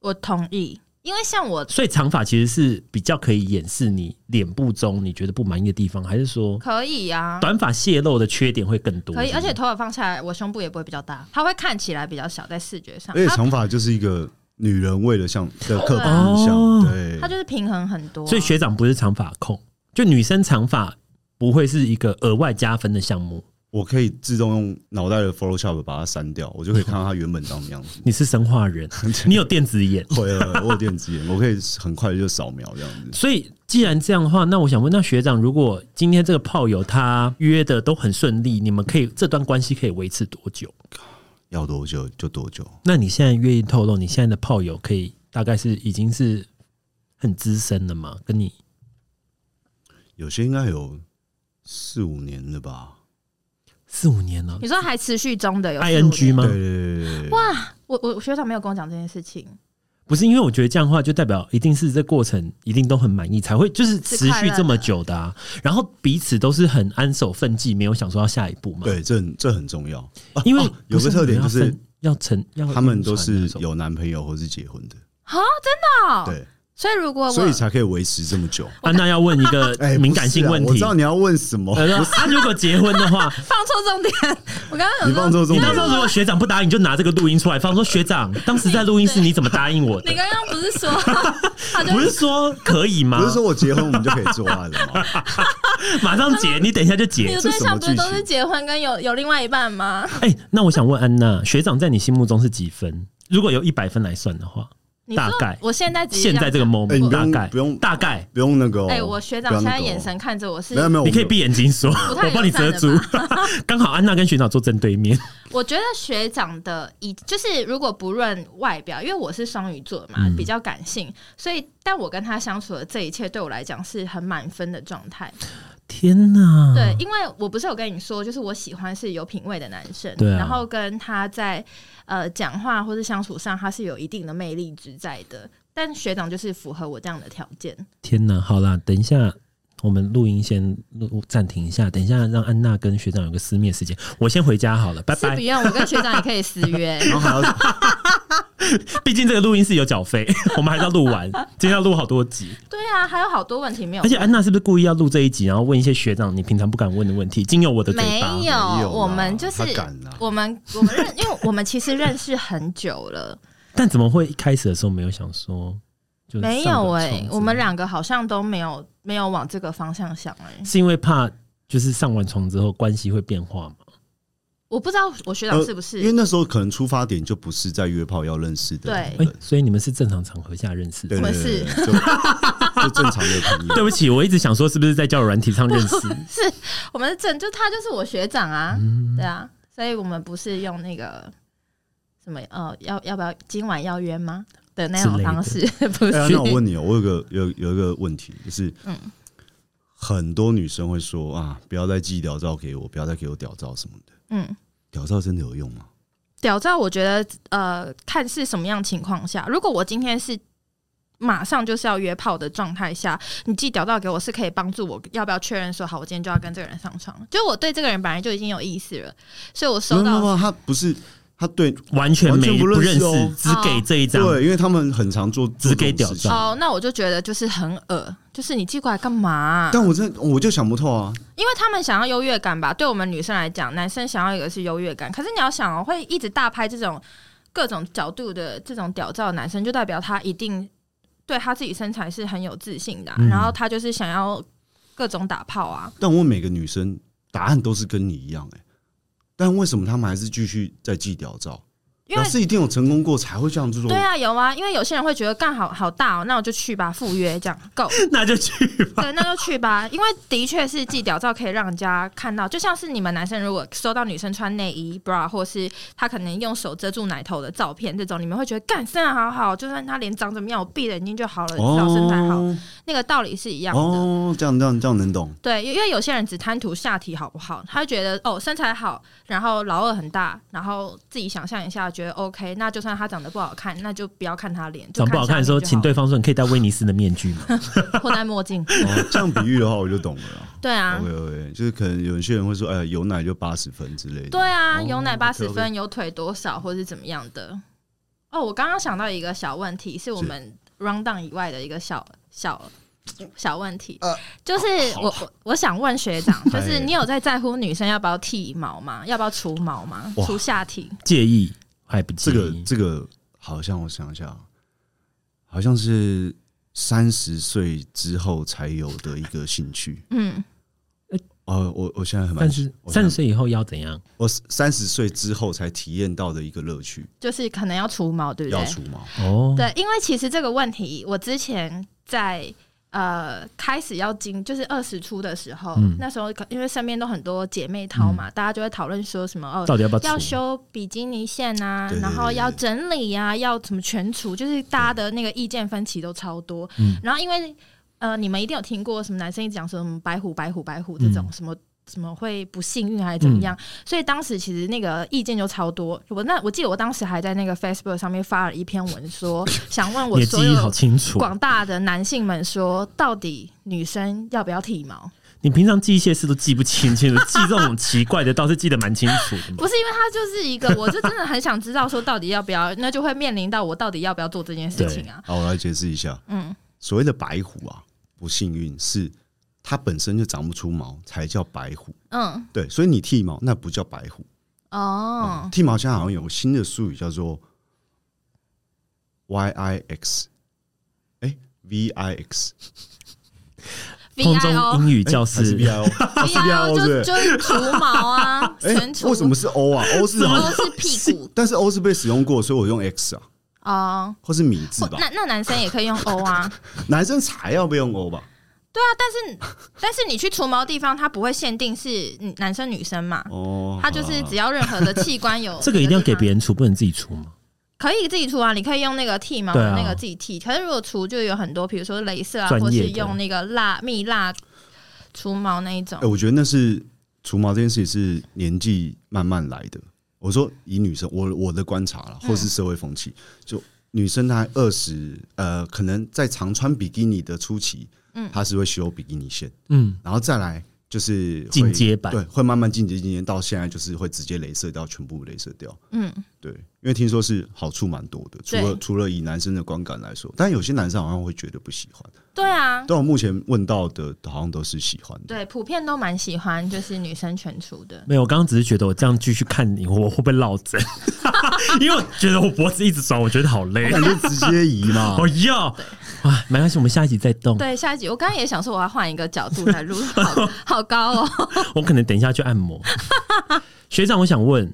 Speaker 1: 我同意，因为像我
Speaker 2: 所以长发其实是比较可以掩饰你脸部中你觉得不满意的地方，还是说
Speaker 1: 可以啊，
Speaker 2: 短发泄露的缺点会更多？
Speaker 1: 可以，
Speaker 2: 是吗
Speaker 1: 而且头发放下来，我胸部也不会比较大，它会看起来比较小，在视觉上，
Speaker 3: 而且
Speaker 1: 它
Speaker 3: 长发就是一个女人为了像的刻板印
Speaker 2: 哦
Speaker 3: 象，对
Speaker 1: 它，就是平衡很多啊、
Speaker 2: 所以学长不是长发控，就女生长发不会是一个额外加分的项目。。
Speaker 3: 我可以自动用脑袋的 Photoshop 把它删掉，我就可以看到她原本长什么样子
Speaker 2: 你是生化 (laughs) 人，你有电子眼，
Speaker 3: 会了，我有电子眼，我可以很快就扫描这样子。
Speaker 2: 所以既然这样的话，那我想问，那学长，如果今天这个炮友他约的都很顺利，你们可以这段关系可以维持多久？
Speaker 3: 要多久就多久，
Speaker 2: 那你现在愿意透露你现在的炮友可以大概是已经是很资深了吗？跟你
Speaker 3: 有些应该有四五年了吧？
Speaker 2: 四五年了
Speaker 1: 你说还持续中的有
Speaker 2: ，I N
Speaker 1: 15
Speaker 2: G
Speaker 1: 年
Speaker 2: 吗
Speaker 3: 对？对对对对，
Speaker 1: 哇，我我我学长没有跟我讲这件事情，
Speaker 2: 不是，因为我觉得这样的话，就代表一定是这过程一定都很满意，才会就是持续这么久的啊。然后彼此都是很安守分际，没有想说要下一步嘛。，
Speaker 3: 对，这很这很重要。啊
Speaker 2: 因为
Speaker 3: 啊有个特点就
Speaker 2: 不
Speaker 3: 是
Speaker 2: 很要成要
Speaker 3: 他们都是
Speaker 2: 晕船那种
Speaker 3: 有男朋友或是结婚的，
Speaker 1: 哦，
Speaker 3: 对，
Speaker 1: 所以如果我
Speaker 3: 所以才可以维持这么久。
Speaker 2: 安啊娜要问一个
Speaker 3: (laughs) 哎，
Speaker 2: 敏感性问
Speaker 3: 不是啊我
Speaker 2: 题 (laughs)
Speaker 3: 知。道你要问什么，
Speaker 2: 呃，他如果结婚的
Speaker 3: (laughs)
Speaker 2: 话，
Speaker 1: 放错重点，我刚刚
Speaker 3: 你
Speaker 1: 有
Speaker 3: 放
Speaker 1: 说，
Speaker 3: 错重
Speaker 2: 你
Speaker 3: 点
Speaker 2: 到时。候如果学长不答应，你就拿这个录音出来放，说学
Speaker 3: (laughs)
Speaker 2: 长当时在录音室你怎么答应我的
Speaker 1: 你？刚刚不是说他就
Speaker 2: 不是说可以吗
Speaker 3: 不？是说我结婚我们就可以做爱了吗？
Speaker 2: (laughs) 马上结，你等一下就
Speaker 1: 你
Speaker 2: 结
Speaker 1: 的。
Speaker 3: (laughs) 这
Speaker 1: 对
Speaker 3: 是什
Speaker 1: 象
Speaker 3: 么
Speaker 1: 不是
Speaker 3: 剧
Speaker 1: 都
Speaker 3: 情
Speaker 1: 是结婚跟有有另外一半吗？
Speaker 2: 哎，那我想问安娜，学长在你心目中是几分？如果由一百分来算的话，
Speaker 1: 你
Speaker 2: 大
Speaker 1: 说
Speaker 2: 概
Speaker 1: 我现在直接
Speaker 2: 现在这个
Speaker 1: 样
Speaker 2: moment，、
Speaker 3: 哎你不
Speaker 2: 大
Speaker 3: 用
Speaker 2: 概
Speaker 3: 不用
Speaker 2: 大概，
Speaker 3: 不用那个哦。
Speaker 1: 讲哎、我学长
Speaker 3: 不要
Speaker 1: 现
Speaker 3: 那
Speaker 1: 在
Speaker 3: 个哦
Speaker 1: 眼神看着我是
Speaker 3: 没有没有，
Speaker 2: 你可以
Speaker 3: 哦我
Speaker 2: 闭眼睛说，
Speaker 1: 不太
Speaker 2: 我帮你遮住 (laughs)
Speaker 1: 友。
Speaker 2: 刚好安娜跟学长坐正
Speaker 1: (laughs)
Speaker 2: 对面，
Speaker 1: 我觉得学长的一就是，如果不论外表，因为我是双鱼座嘛，
Speaker 2: 嗯
Speaker 1: 比较感性，所以但我跟他相处的这一切对我来讲是很满分的状态。
Speaker 2: 天哪！
Speaker 1: 对，，因为我不是有跟你说，就是我喜欢是有品味的男生，
Speaker 2: 对啊
Speaker 1: 然后跟他在呃讲话或是相处上，他是有一定的魅力值在的。但学长就是符合我这样的条件，
Speaker 2: 天哪！好啦，等一下。我们录音先录暂停一下，等一下让安娜跟学长有个私密的时间。我先回家好了，拜
Speaker 1: 是不
Speaker 2: 拜。
Speaker 1: 用我跟学长也可以私
Speaker 2: (laughs)
Speaker 1: 约。
Speaker 3: 然后还要
Speaker 2: 毕竟这个录音是有缴费， (laughs) 我们还是要录完，今天要录好多集。
Speaker 1: 对啊，还有好多问题没有
Speaker 2: 而且安娜是不是故意要录这一集，然后问一些学长你平常不敢问的问题，经由我的嘴
Speaker 1: 没
Speaker 2: 巴？
Speaker 1: 有
Speaker 3: 没有，啦
Speaker 1: 我们就是
Speaker 3: 他敢啦
Speaker 1: 我们我们认，因为我们其实认识很久了，
Speaker 2: 但怎么会一开始的时候没有想说？就是
Speaker 1: 没
Speaker 2: 嗯上
Speaker 1: 有
Speaker 2: 个
Speaker 1: 哎、
Speaker 2: 床之
Speaker 1: 我们
Speaker 2: 类的
Speaker 1: 两个好像都没有没有往这个方向想哎、
Speaker 2: 是因为怕就是上完床之后关系会变化嘛？
Speaker 1: 我不知道我学长是不是、
Speaker 3: 呃因为那时候可能出发点就不是在约炮要认识的
Speaker 1: 对
Speaker 2: 哎、
Speaker 3: 人，
Speaker 2: 所以你们是正常场合下认识的
Speaker 3: 对，
Speaker 1: 我
Speaker 3: 对
Speaker 1: 们是
Speaker 3: 对，对对就就正常的朋友。
Speaker 2: 对不起，我一直想说是不是在交友软体上认
Speaker 1: (laughs)
Speaker 2: 识？
Speaker 1: 是我们的正，就他就是我学长啊，对啊，所以我们不是用那个什么呃，要要不要今晚要约吗的那
Speaker 2: 之
Speaker 1: 种
Speaker 2: 类的
Speaker 1: 方式， (laughs) 不是？
Speaker 3: 哎呀那我问你哦，我有个有有一个问题，就是
Speaker 1: 嗯
Speaker 3: 很多女生会说啊，不要再寄屌照给我，不要再给我屌照什么的。
Speaker 1: 嗯，
Speaker 3: 屌照真的有用吗？
Speaker 1: 屌照，我觉得呃，看是什么样情况下，如果我今天是。马上就是要约炮的状态下，你寄屌照给我是可以帮助我要不要确认说好，我今天就要跟这个人上床了。就我对这个人本来就已经有意思了，所以我
Speaker 3: 没
Speaker 1: 收
Speaker 3: 有没有，没啊
Speaker 1: 到
Speaker 3: 有他不是他对
Speaker 2: 完全
Speaker 3: 完
Speaker 2: 没
Speaker 3: 全不
Speaker 2: 认
Speaker 3: 认识哦
Speaker 2: 识，只给这一张。
Speaker 3: 对，因为他们很常做
Speaker 2: 只给屌照
Speaker 1: 哦，那我就觉得就是很恶，就是你寄过来干嘛啊、
Speaker 3: 但我真的我就想不透啊，
Speaker 1: 因为他们想要优越感吧，对我们女生来讲，男生想要一个是优越感。可是你要想哦，会一直大拍这种各种角度的这种屌照的男生，就代表他一定对他自己身材是很有自信的啊、
Speaker 2: 嗯
Speaker 1: 然后他就是想要各种打炮啊。
Speaker 3: 但我问每个女生答案都是跟你一样哎、但为什么他们还是继续在寄屌照？
Speaker 1: 因为
Speaker 3: 表示一定有成功过才会这样做。
Speaker 1: 对啊，有啊，因为有些人会觉得干好好大哦，那我就去吧，赴约这样够。
Speaker 2: (laughs) 那就去
Speaker 1: (laughs)
Speaker 2: 吧。
Speaker 1: 对，那就去吧，因为的确是寄屌照可以让人家看到，就像是你们男生如果收到女生穿内衣 bra，或是她可能用手遮住奶头的照片，这种你们会觉得干身材好好，就算她脸长怎么样，我闭着眼睛就好了，至少身材好，
Speaker 3: 哦
Speaker 1: 那个道理是一样的。
Speaker 3: 哦，这样这样这样能懂。
Speaker 1: 对，因为有些人只贪图下体好不好，他就觉得哦身材好，然后老二很大，然后自己想象一下，觉得 OK，那就算他长得不好看，那就不要看他脸，就
Speaker 2: 长不好看的时候，请对方说：“你可以戴威尼斯的面具
Speaker 1: (laughs)
Speaker 2: 吗
Speaker 1: 或戴墨镜。
Speaker 3: 哦，这样比喻的话我就懂了啊。
Speaker 1: 对啊，
Speaker 3: OK OK，就是可能有些人会说，哎，有奶就八十分之类的。
Speaker 1: 对啊，
Speaker 3: 哦
Speaker 1: 有奶八十
Speaker 3: OK，OK
Speaker 1: 分，有腿多少，或是怎么样的。哦，我刚刚想到一个小问题，是我们 round down 以外的一个小小小问题，
Speaker 3: 呃
Speaker 1: 就是我我我想问学
Speaker 3: (laughs)
Speaker 1: 长，就
Speaker 3: 哎
Speaker 1: 是你有在在乎女生要不要剃毛吗？要不要除毛吗？
Speaker 3: 哇
Speaker 1: 除下体？？”
Speaker 2: 介意还不介
Speaker 3: 这
Speaker 2: 意？
Speaker 3: 个这个好像我想一下，好像是三十岁之后才有的一个兴趣。
Speaker 1: 嗯，
Speaker 3: 哦，我我现在很蛮
Speaker 2: 但是
Speaker 3: 我
Speaker 2: 三
Speaker 3: 想
Speaker 2: 十岁以后要怎样？
Speaker 3: 我三十岁之后才体验到的一个乐趣，
Speaker 1: 就是可能要除毛，对不
Speaker 3: 要
Speaker 1: 对？
Speaker 3: 除毛。
Speaker 2: 哦，
Speaker 1: 对，因为其实这个问题，我之前在呃开始要经，就是二十出的时候，
Speaker 2: 嗯
Speaker 1: 那时候可因为身边都很多姐妹
Speaker 3: 嗯
Speaker 1: 淘嘛，大家就会讨论说什么哦。
Speaker 2: 到底要不
Speaker 1: 要
Speaker 2: 要除？
Speaker 1: 修比基尼线啊，
Speaker 3: 对对对
Speaker 1: 然后
Speaker 3: 对
Speaker 1: 要整理啊，要怎么全除，就是大家的那个意见分歧都超多。
Speaker 2: 嗯
Speaker 1: 然后因为呃，你们一定有听过什么男生一直讲说什么白虎白虎白虎这种、什么。什么会不幸运还是怎么样？所以当时其实那个意见就超多。我那我记得我当时还在那个 Facebook 上面发了一篇文说，想问我
Speaker 2: 你的
Speaker 1: 所
Speaker 2: 记忆好啊
Speaker 1: 有
Speaker 2: 清楚。
Speaker 1: 广大的男性们说，到底女生要不要剃毛？
Speaker 2: 你平常记一些事都记不清清楚，记这种奇怪的倒是记得蛮清楚的嘛。
Speaker 1: (laughs) 不是因为它就是
Speaker 3: (laughs)
Speaker 1: 一个，我就真的很想知道说到底要不要，那就会面临到我到底要不要做这件事情啊。
Speaker 3: 好，我来解释一下。
Speaker 1: 嗯，
Speaker 3: 所谓的白虎啊，不幸运是它本身就长不出毛，才叫白虎。
Speaker 1: 嗯，
Speaker 3: 对，所以你剃毛那不叫白虎。
Speaker 1: 哦
Speaker 3: 嗯，剃毛现在好像有个新的术语叫做 Y I X，哎、v I X 嗯
Speaker 1: ，V
Speaker 2: 空
Speaker 1: I
Speaker 2: 中
Speaker 1: O
Speaker 2: 英语教
Speaker 3: 哎还是
Speaker 2: 室
Speaker 3: V I O？
Speaker 1: V I O
Speaker 3: 是 VIO
Speaker 1: 哦就是就是除毛啊，
Speaker 3: (laughs) 哎、
Speaker 1: 全除。
Speaker 3: 为什么是
Speaker 1: (laughs)
Speaker 3: O 啊？O 是好像
Speaker 1: 都是屁股
Speaker 3: (laughs) 但是 O 是被使用过，所以我用 X 啊，
Speaker 1: 哦？
Speaker 3: 或是米字
Speaker 1: 或
Speaker 3: 吧。
Speaker 1: 那那男生也可以用 O
Speaker 3: (laughs)
Speaker 1: 啊，
Speaker 3: 男生才要被用 O 吧？
Speaker 1: 但是你去除毛的地方，它不会限定是嗯男生女生嘛，
Speaker 3: 哦，
Speaker 1: 它就是
Speaker 3: 好
Speaker 1: 只要任何的器官
Speaker 3: (laughs)
Speaker 1: 有
Speaker 2: 这个一定要给别
Speaker 1: 人，
Speaker 2: 人除，不能自己除吗？
Speaker 1: 可以自己除啊，你可以用那个剃毛
Speaker 2: 对
Speaker 1: 的
Speaker 2: 啊
Speaker 1: 那个自己剃，可是如果除就有很多，比如说镭射啊，
Speaker 2: 专业
Speaker 1: 或
Speaker 2: 的
Speaker 1: 是用那个蜡蜜蜡除毛那一种
Speaker 2: 哦
Speaker 3: 哎、。我觉得那是除毛这件事情是年纪慢慢来的。我说以女生，我我的观察了，
Speaker 1: 嗯
Speaker 3: 或是社会风气，就女生她二十呃，可能在常穿比基尼的初期，嗯，她是会修比基尼线，
Speaker 2: 嗯，
Speaker 3: 然后再来就是会
Speaker 2: 进阶版
Speaker 3: 对，会慢慢进阶进阶到现在就是会直接镭射掉，全部镭射掉，
Speaker 1: 嗯，
Speaker 3: 对，因为听说是好处蛮多的，除
Speaker 1: 对
Speaker 3: 了除了以男生的观感来说，但有些男生好像会觉得不喜欢，
Speaker 1: 对啊，
Speaker 3: 但我目前问到的好像都是喜欢的，
Speaker 1: 对，普遍都蛮喜欢就是女生全除的。
Speaker 2: 没有，我刚刚只是觉得我这样继续看你，我会不会落
Speaker 1: (laughs)
Speaker 2: 枕？因为我觉得我脖子一直酸，我觉得好累。
Speaker 3: (laughs) 那你就直接移
Speaker 2: (laughs)
Speaker 3: 嘛，
Speaker 2: 我要啊，没关系，我们下一集再动。
Speaker 1: 对，下一集我刚刚也想说我要换一个角度来录，
Speaker 2: (laughs)
Speaker 1: 好好高哦。
Speaker 2: 我可能等一下去
Speaker 1: (laughs)
Speaker 2: 按摩。学长，我想问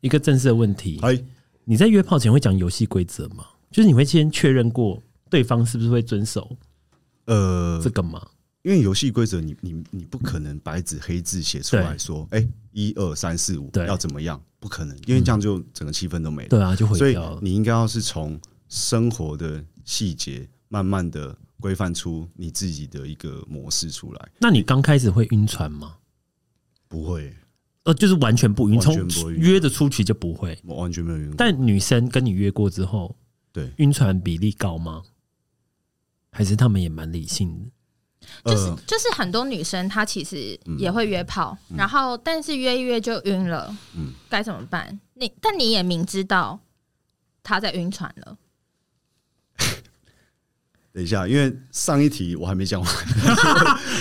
Speaker 2: 一个正式的问题：
Speaker 3: 哎。
Speaker 2: 你在约炮前会讲游戏规则吗？就是你会先确认过对方是不是会遵守
Speaker 3: 呃
Speaker 2: 这，个吗？
Speaker 3: 因为游戏规则，你你你不可能白纸黑字写出来
Speaker 2: 对
Speaker 3: 说，哎，一二三四五
Speaker 2: 对
Speaker 3: 要怎么样，不可能，因为这样就整个气氛都没了。
Speaker 2: 对啊，就毁
Speaker 3: 所以
Speaker 2: 掉了。
Speaker 3: 你应该要是从生活的细节，慢慢的规范出你自己的一个模式出来。
Speaker 2: 那你刚开始会晕船吗？
Speaker 3: 不会，
Speaker 2: 呃，就是完全不晕，
Speaker 3: 完全
Speaker 2: 从
Speaker 3: 不会晕
Speaker 2: 约的出去就不会。
Speaker 3: 我完全没有用。
Speaker 2: 但女生跟你约过之后，
Speaker 3: 对
Speaker 2: 晕船比例高吗？还是他们也蛮理性的？嗯
Speaker 1: 就是、
Speaker 3: 呃
Speaker 1: 就是很多女生她其实也会约炮，
Speaker 2: 嗯
Speaker 1: 然后但是约一约就晕了，
Speaker 3: 嗯
Speaker 1: 该怎么办？你但你也明知道她在晕船了，
Speaker 3: 等一下，因为上一题我还没
Speaker 2: (laughs)
Speaker 3: 讲完，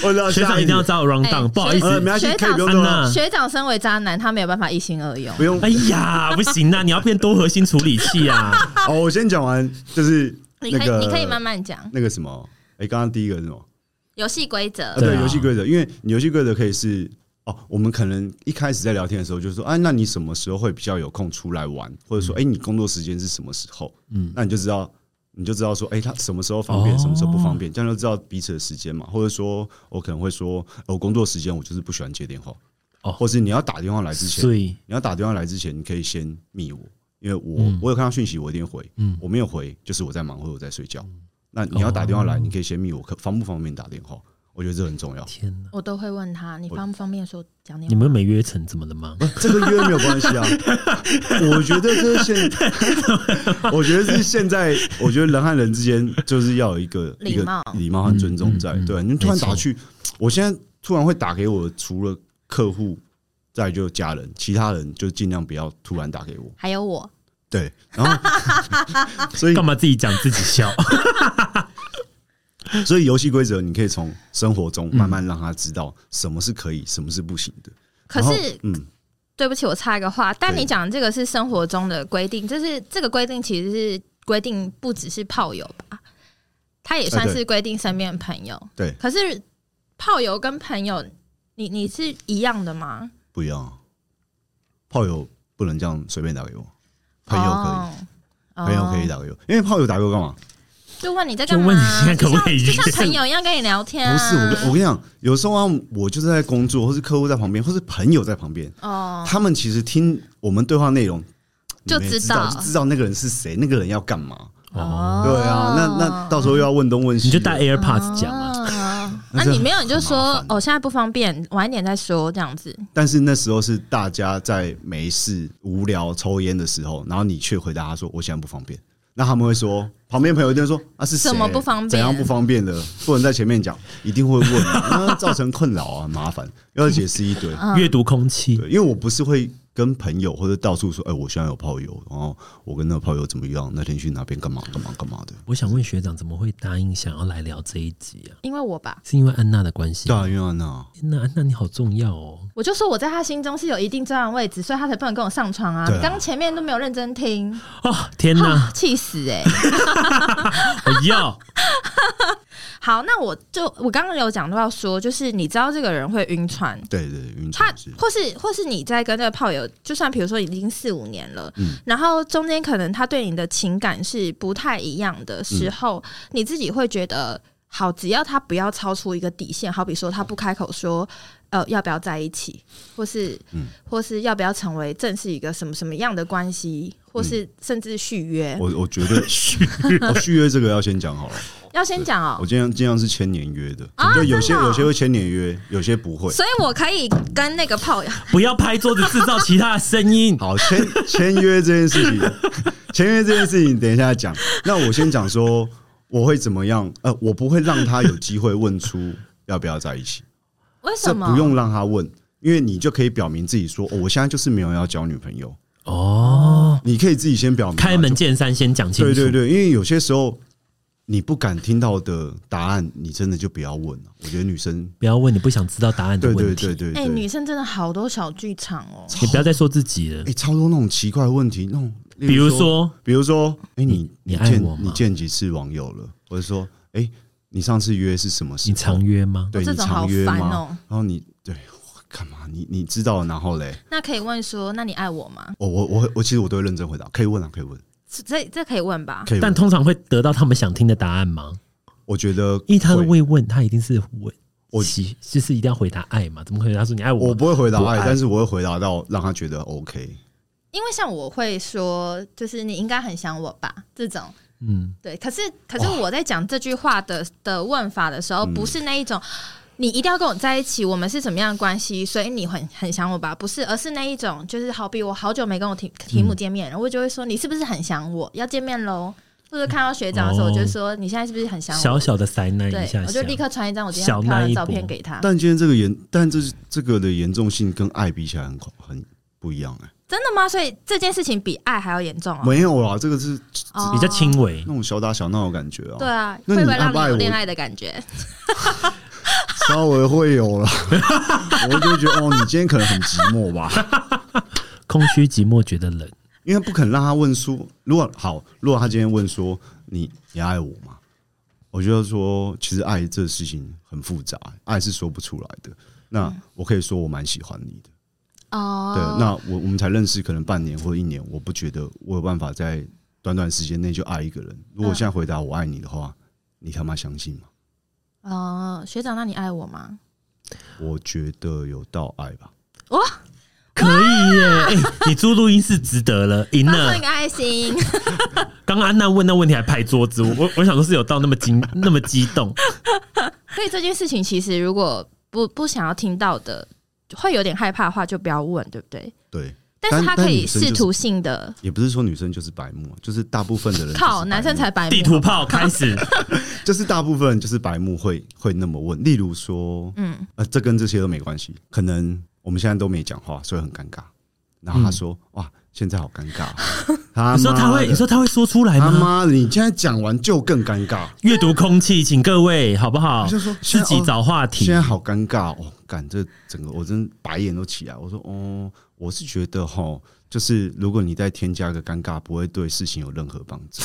Speaker 3: 我知道
Speaker 2: 学
Speaker 3: 啊下
Speaker 2: 长一定要
Speaker 3: 题
Speaker 2: 找我 round down，、
Speaker 1: 哎
Speaker 2: 不好意
Speaker 3: 呃，没
Speaker 2: 思，
Speaker 3: 关系，
Speaker 1: 学
Speaker 3: 可以
Speaker 1: 长
Speaker 3: 不用动啊，
Speaker 2: 安娜
Speaker 1: 学长身为渣男，他没有办法一心二用
Speaker 3: 不。用
Speaker 2: 哎呀，不行啊，你要变多核心处理器啊！
Speaker 3: 哦，我先讲完，就是
Speaker 1: 你可以、
Speaker 3: 那个
Speaker 1: 你可以慢慢讲
Speaker 3: 那个什么，哎，刚刚第一个是什么？
Speaker 1: 游戏规则
Speaker 3: 啊，
Speaker 2: 对
Speaker 3: 对，
Speaker 2: 啊
Speaker 3: 游戏规则，因为你游戏规则可以是哦，我们可能一开始在聊天的时候就说，啊，那你什么时候会比较有空出来玩，或者
Speaker 2: 嗯
Speaker 3: 说，哎、你工作时间是什么时候？嗯，那你就知道，你就知道说，哎、他什么时候方便，
Speaker 2: 哦
Speaker 3: 什么时候不方便，这样就知道彼此的时间嘛。或者说我可能会说，呃我工作时间我就是不喜欢接电话，
Speaker 2: 哦
Speaker 3: 哦，或是你要打电话 (laughs) 来之前，
Speaker 2: 所以
Speaker 3: 你要打电话来之前，你可以先密我，因为我、我有看到讯息，我一定回。
Speaker 2: 嗯
Speaker 3: 我没有回，就是我在忙或者我在睡觉。那你要打电话来，你可以先密我，可方不方便打电话？我觉得这很 (laughs) 重要。
Speaker 2: 天哪，
Speaker 1: 我都会问他，你方不方便说讲电
Speaker 2: 你
Speaker 1: 话？
Speaker 2: 们没约成怎么了吗？
Speaker 3: 这个约没有关系啊， (laughs) 我觉得这是现， (laughs) 我觉得是现在，我觉得人和人之间就是要有一个
Speaker 1: 礼
Speaker 3: 一个
Speaker 1: 貌
Speaker 3: 礼貌和尊重在
Speaker 2: 嗯嗯嗯。
Speaker 3: 对，啊你突然
Speaker 2: 没错
Speaker 3: 打去，我现在突然会打给我，除了客户，再就家人，其他人就尽量不要突然打给我。
Speaker 1: 还有我，
Speaker 3: 对，
Speaker 2: (laughs)
Speaker 3: 然后所以
Speaker 2: 干嘛自己讲自己
Speaker 3: (laughs)
Speaker 2: 笑？
Speaker 3: 所以游戏规则你可以从生活
Speaker 2: 嗯
Speaker 3: 中慢慢让他知道什么是可以，什么是不行的。
Speaker 1: 可
Speaker 3: 然后
Speaker 1: 是
Speaker 3: 嗯，
Speaker 1: 对不起，我插一个话，但
Speaker 3: 对
Speaker 1: 你讲的这个是生活中的规定，就是这个规定其实是规定不只是炮友吧，它也算
Speaker 3: 啊对
Speaker 1: 是规定身边的朋友。
Speaker 3: 对，
Speaker 1: 可是炮友跟朋友，你你是一样的吗？
Speaker 3: 不一样啊。炮友不能这样随便打给我，朋友可以，
Speaker 1: 哦
Speaker 3: 朋友可以打给我，因为炮友打给我干嘛？
Speaker 1: 就问你在
Speaker 2: 就
Speaker 1: 干嘛？
Speaker 2: 问你现在可不可以
Speaker 1: 就像就
Speaker 2: 约
Speaker 1: 像朋友一样跟你聊天、啊。
Speaker 3: 不是我跟，我跟你讲，有时候啊，我就是在工作，或是客户在旁边，或是朋友在旁边，
Speaker 1: 哦，
Speaker 3: 他们其实听我们对话内容，
Speaker 1: 就
Speaker 3: 你们也
Speaker 1: 知
Speaker 3: 知
Speaker 1: 道
Speaker 3: 就知道那个人是谁，那个人要干嘛。
Speaker 2: 哦，
Speaker 3: 对啊，那那到时候又要问东问西
Speaker 2: 你
Speaker 3: 的，
Speaker 2: 就带 AirPods 讲啊。
Speaker 1: 啊，那、
Speaker 3: 那这
Speaker 1: 你没有你就
Speaker 3: 很
Speaker 1: 说
Speaker 3: 麻烦
Speaker 1: 哦，现在不方便，晚一点再说这样子。
Speaker 3: 但是那时候是大家在没事、无聊、抽烟的时候，然后你却回答他说：“我现在不方便。”那他们会说，旁边朋友一定会说：“啊，是谁
Speaker 1: 什么不方便
Speaker 3: 怎样不方便的？不能在前面讲，一定会问啊，那造成困扰啊，很麻烦，要解释一堆。
Speaker 1: (laughs) 嗯啊
Speaker 2: 阅读空气，
Speaker 3: 对，因为我不是会跟朋友或者到处说，哎、我现在有炮友，然后我跟那个炮友怎么样？那天去哪边干嘛干嘛干嘛的？
Speaker 2: 我想问学长，怎么会答应想要来聊这一集啊？
Speaker 1: 因为我吧，
Speaker 2: 是因为安娜的关系
Speaker 3: 对
Speaker 2: 吗？
Speaker 3: 啊，因为那
Speaker 2: 天哪，安娜你好重要哦！
Speaker 1: 我就说我在他心中是有一定重要的位置，所以他才不能跟我上床啊！
Speaker 3: 对啊
Speaker 1: 你刚前面都没有认真听，
Speaker 2: 哦，天
Speaker 1: 啊
Speaker 2: 哪，
Speaker 3: (laughs)
Speaker 1: 气死哎、
Speaker 2: 我要
Speaker 1: 好，那我就我刚刚有讲到说，就是你知道这个人会晕船，
Speaker 3: 对对，晕
Speaker 1: 他
Speaker 3: 船是
Speaker 1: 或是或是你在跟这个炮友，就算比如说已经四五年了，
Speaker 3: 嗯
Speaker 1: 然后中间可能他对你的情感是不太一样的时
Speaker 3: 嗯
Speaker 1: 候，你自己会觉得。好，只要他不要超出一个底线，好比说他不开口说，呃，要不要在一起，或是，
Speaker 3: 嗯
Speaker 1: 或是要不要成为正式一个什么什么样的关系，或是甚至续约，
Speaker 3: 嗯我我觉得 (laughs) 续我续约这个要先讲好了。
Speaker 1: 要先讲哦、
Speaker 3: 我尽量尽量是签年约的，就有些
Speaker 1: 真的哦
Speaker 3: 有些会签年约，有些不会。？
Speaker 1: 所以我可以跟那个炮友，
Speaker 2: 不要拍桌子制造其他的声音
Speaker 3: 好，签签约这件事情， (laughs) 签约这件事情，等一下讲。那我先讲说我会怎么样，呃，我不会让他有机会问出 (laughs) 要不要在一起，
Speaker 1: 为
Speaker 3: 这
Speaker 1: 什么？
Speaker 3: 不用让他问，因为你就可以表明自己说，哦我现在就是没有要交女朋友，
Speaker 2: 哦，
Speaker 3: 你可以自己先表明嘛，啊
Speaker 2: 开门见山先讲清
Speaker 3: 对
Speaker 2: 楚。
Speaker 3: 对对，因为有些时候你不敢听到的答案，你真的就不要问了。我觉得女生，
Speaker 2: 不要问你不想知道答案的
Speaker 3: 对
Speaker 2: 问
Speaker 3: 对
Speaker 2: 题。
Speaker 3: 对对
Speaker 1: 哎、
Speaker 3: 对，
Speaker 1: 女生真的好多小剧场哦。
Speaker 2: 你不要再说自己了
Speaker 3: 哎、，超多那种奇怪的问题，那种，
Speaker 2: 比
Speaker 3: 比
Speaker 2: 如，说，
Speaker 3: 比如说，哎、你
Speaker 2: 你爱
Speaker 3: 见
Speaker 2: 我吗
Speaker 3: 你见几次网友了，或者说，哎、你上次约是什么时候？
Speaker 2: 你常约吗？
Speaker 3: 对
Speaker 1: 哦这
Speaker 3: 你
Speaker 1: 种好
Speaker 3: 常约
Speaker 1: 烦
Speaker 3: 吗？
Speaker 1: 哦
Speaker 3: 然后你对我干嘛？你你知道了，然后嘞，
Speaker 1: 那可以问说，那你爱我吗？
Speaker 3: 我我我我其实我都会认真回答，可以问啊，可以问，
Speaker 1: 这这这可以问吧？
Speaker 3: 可以问。
Speaker 2: 但通常会得到他们想听的答案吗？
Speaker 3: 我觉得会，
Speaker 2: 因为他会问，他一定是问，
Speaker 3: 我
Speaker 2: 喜就是一定要回答爱嘛？怎么可能？他说你爱我吗，
Speaker 3: 我不会回答
Speaker 2: 不爱
Speaker 3: 爱，但是我会回答到让他觉得 OK。
Speaker 1: 因为像我会说，就是你应该很想我吧？这种
Speaker 2: 嗯，
Speaker 1: 对。可是可是我在讲这句话的的问法的时候，不
Speaker 3: 嗯
Speaker 1: 是那一种。你一定要跟我在一起，我们是什么样的关系？所以你很很想我吧？不是，而是那一
Speaker 3: 嗯
Speaker 1: 种，就是好比我好久没跟我提提姆见面，然后我就会说你是不是很想我？要见面喽？或者看到学长的时候，我
Speaker 3: 哦
Speaker 1: 就说你现在是不是很想
Speaker 2: 小
Speaker 1: 我？
Speaker 2: 小的塞奶
Speaker 1: 对
Speaker 2: 一下，，
Speaker 1: 我就立刻传一张我今天很漂亮的照片给他。
Speaker 3: 但今天这个严，但这是这个的严重性跟爱比起来很恐很不一样哎、
Speaker 1: 真的吗？所以这件事情比爱还要严重哦。
Speaker 3: 没有啦，这个是
Speaker 1: 哦
Speaker 2: 比较轻微
Speaker 3: 那。种小打小闹的感觉啊，
Speaker 1: 对啊，
Speaker 3: 那
Speaker 1: 会
Speaker 3: 你
Speaker 1: 不会让你
Speaker 3: 爱不爱
Speaker 1: 有
Speaker 3: 我
Speaker 1: 恋爱的感觉？
Speaker 3: 稍微会有了， (laughs) 我就觉得哦，你今天可能很寂寞吧，
Speaker 2: 空虚寂寞觉得冷，
Speaker 3: 因为不肯让他问说，如果好，如果他今天问说你你爱我吗？我就要说，其实爱这事情很复杂，爱是说不出来的。那我可以说我蛮喜欢你的，
Speaker 1: 哦，
Speaker 3: 对，那我我们才认识可能半年或者一年，我不觉得我有办法在短短时间内就爱一个人。如果我现在回答我爱你的话，你他妈相信吗？
Speaker 1: 哦，学长，那你爱我吗？
Speaker 3: 我觉得有到爱吧。
Speaker 2: 可
Speaker 1: (laughs)
Speaker 2: 以耶！哎你租录音室值得了，赢
Speaker 1: 发
Speaker 2: 了
Speaker 1: 送一。个爱 (laughs) 心，
Speaker 2: 刚刚安娜问那问题还拍桌子，我我想说是有到那么惊那么激
Speaker 1: (laughs)
Speaker 2: 动，
Speaker 1: 所以这件事情其实如果不不想要听到的，会有点害怕的话，就不要问，对不对？
Speaker 3: 对，
Speaker 1: 但是他
Speaker 3: 但
Speaker 1: 可以
Speaker 3: 但女生就是
Speaker 1: 试图性的，
Speaker 3: 也不是说女生就是白目，啊就是大部分的人就是白
Speaker 1: 靠，
Speaker 3: 目
Speaker 1: 男生才白目
Speaker 2: 地图炮开始。
Speaker 3: 就是大部分人就是白目会会那么问。例如说，
Speaker 1: 嗯，
Speaker 3: 呃，这跟这些都没关系，可能我们现在都没讲话，所以很尴尬。然后他说：“
Speaker 1: 嗯
Speaker 3: 哇，现在好尴尬。”
Speaker 1: (laughs)
Speaker 3: 啊他
Speaker 2: 你说他
Speaker 3: 妈
Speaker 2: 会，
Speaker 3: 的
Speaker 2: 你说他哎会说出来
Speaker 3: 他
Speaker 2: 吗？
Speaker 3: 妈的，你现在讲完就更尴尬。
Speaker 2: 阅读空气，请各位好不好
Speaker 3: 我？就说
Speaker 2: 哦
Speaker 3: 哦
Speaker 2: 自己找话题
Speaker 3: 现在。好尴尬哦，干这整个我真白眼都起来。我说哦，我是觉得哈，就是如果你再添加个尴尬，不会对事情有任何帮助，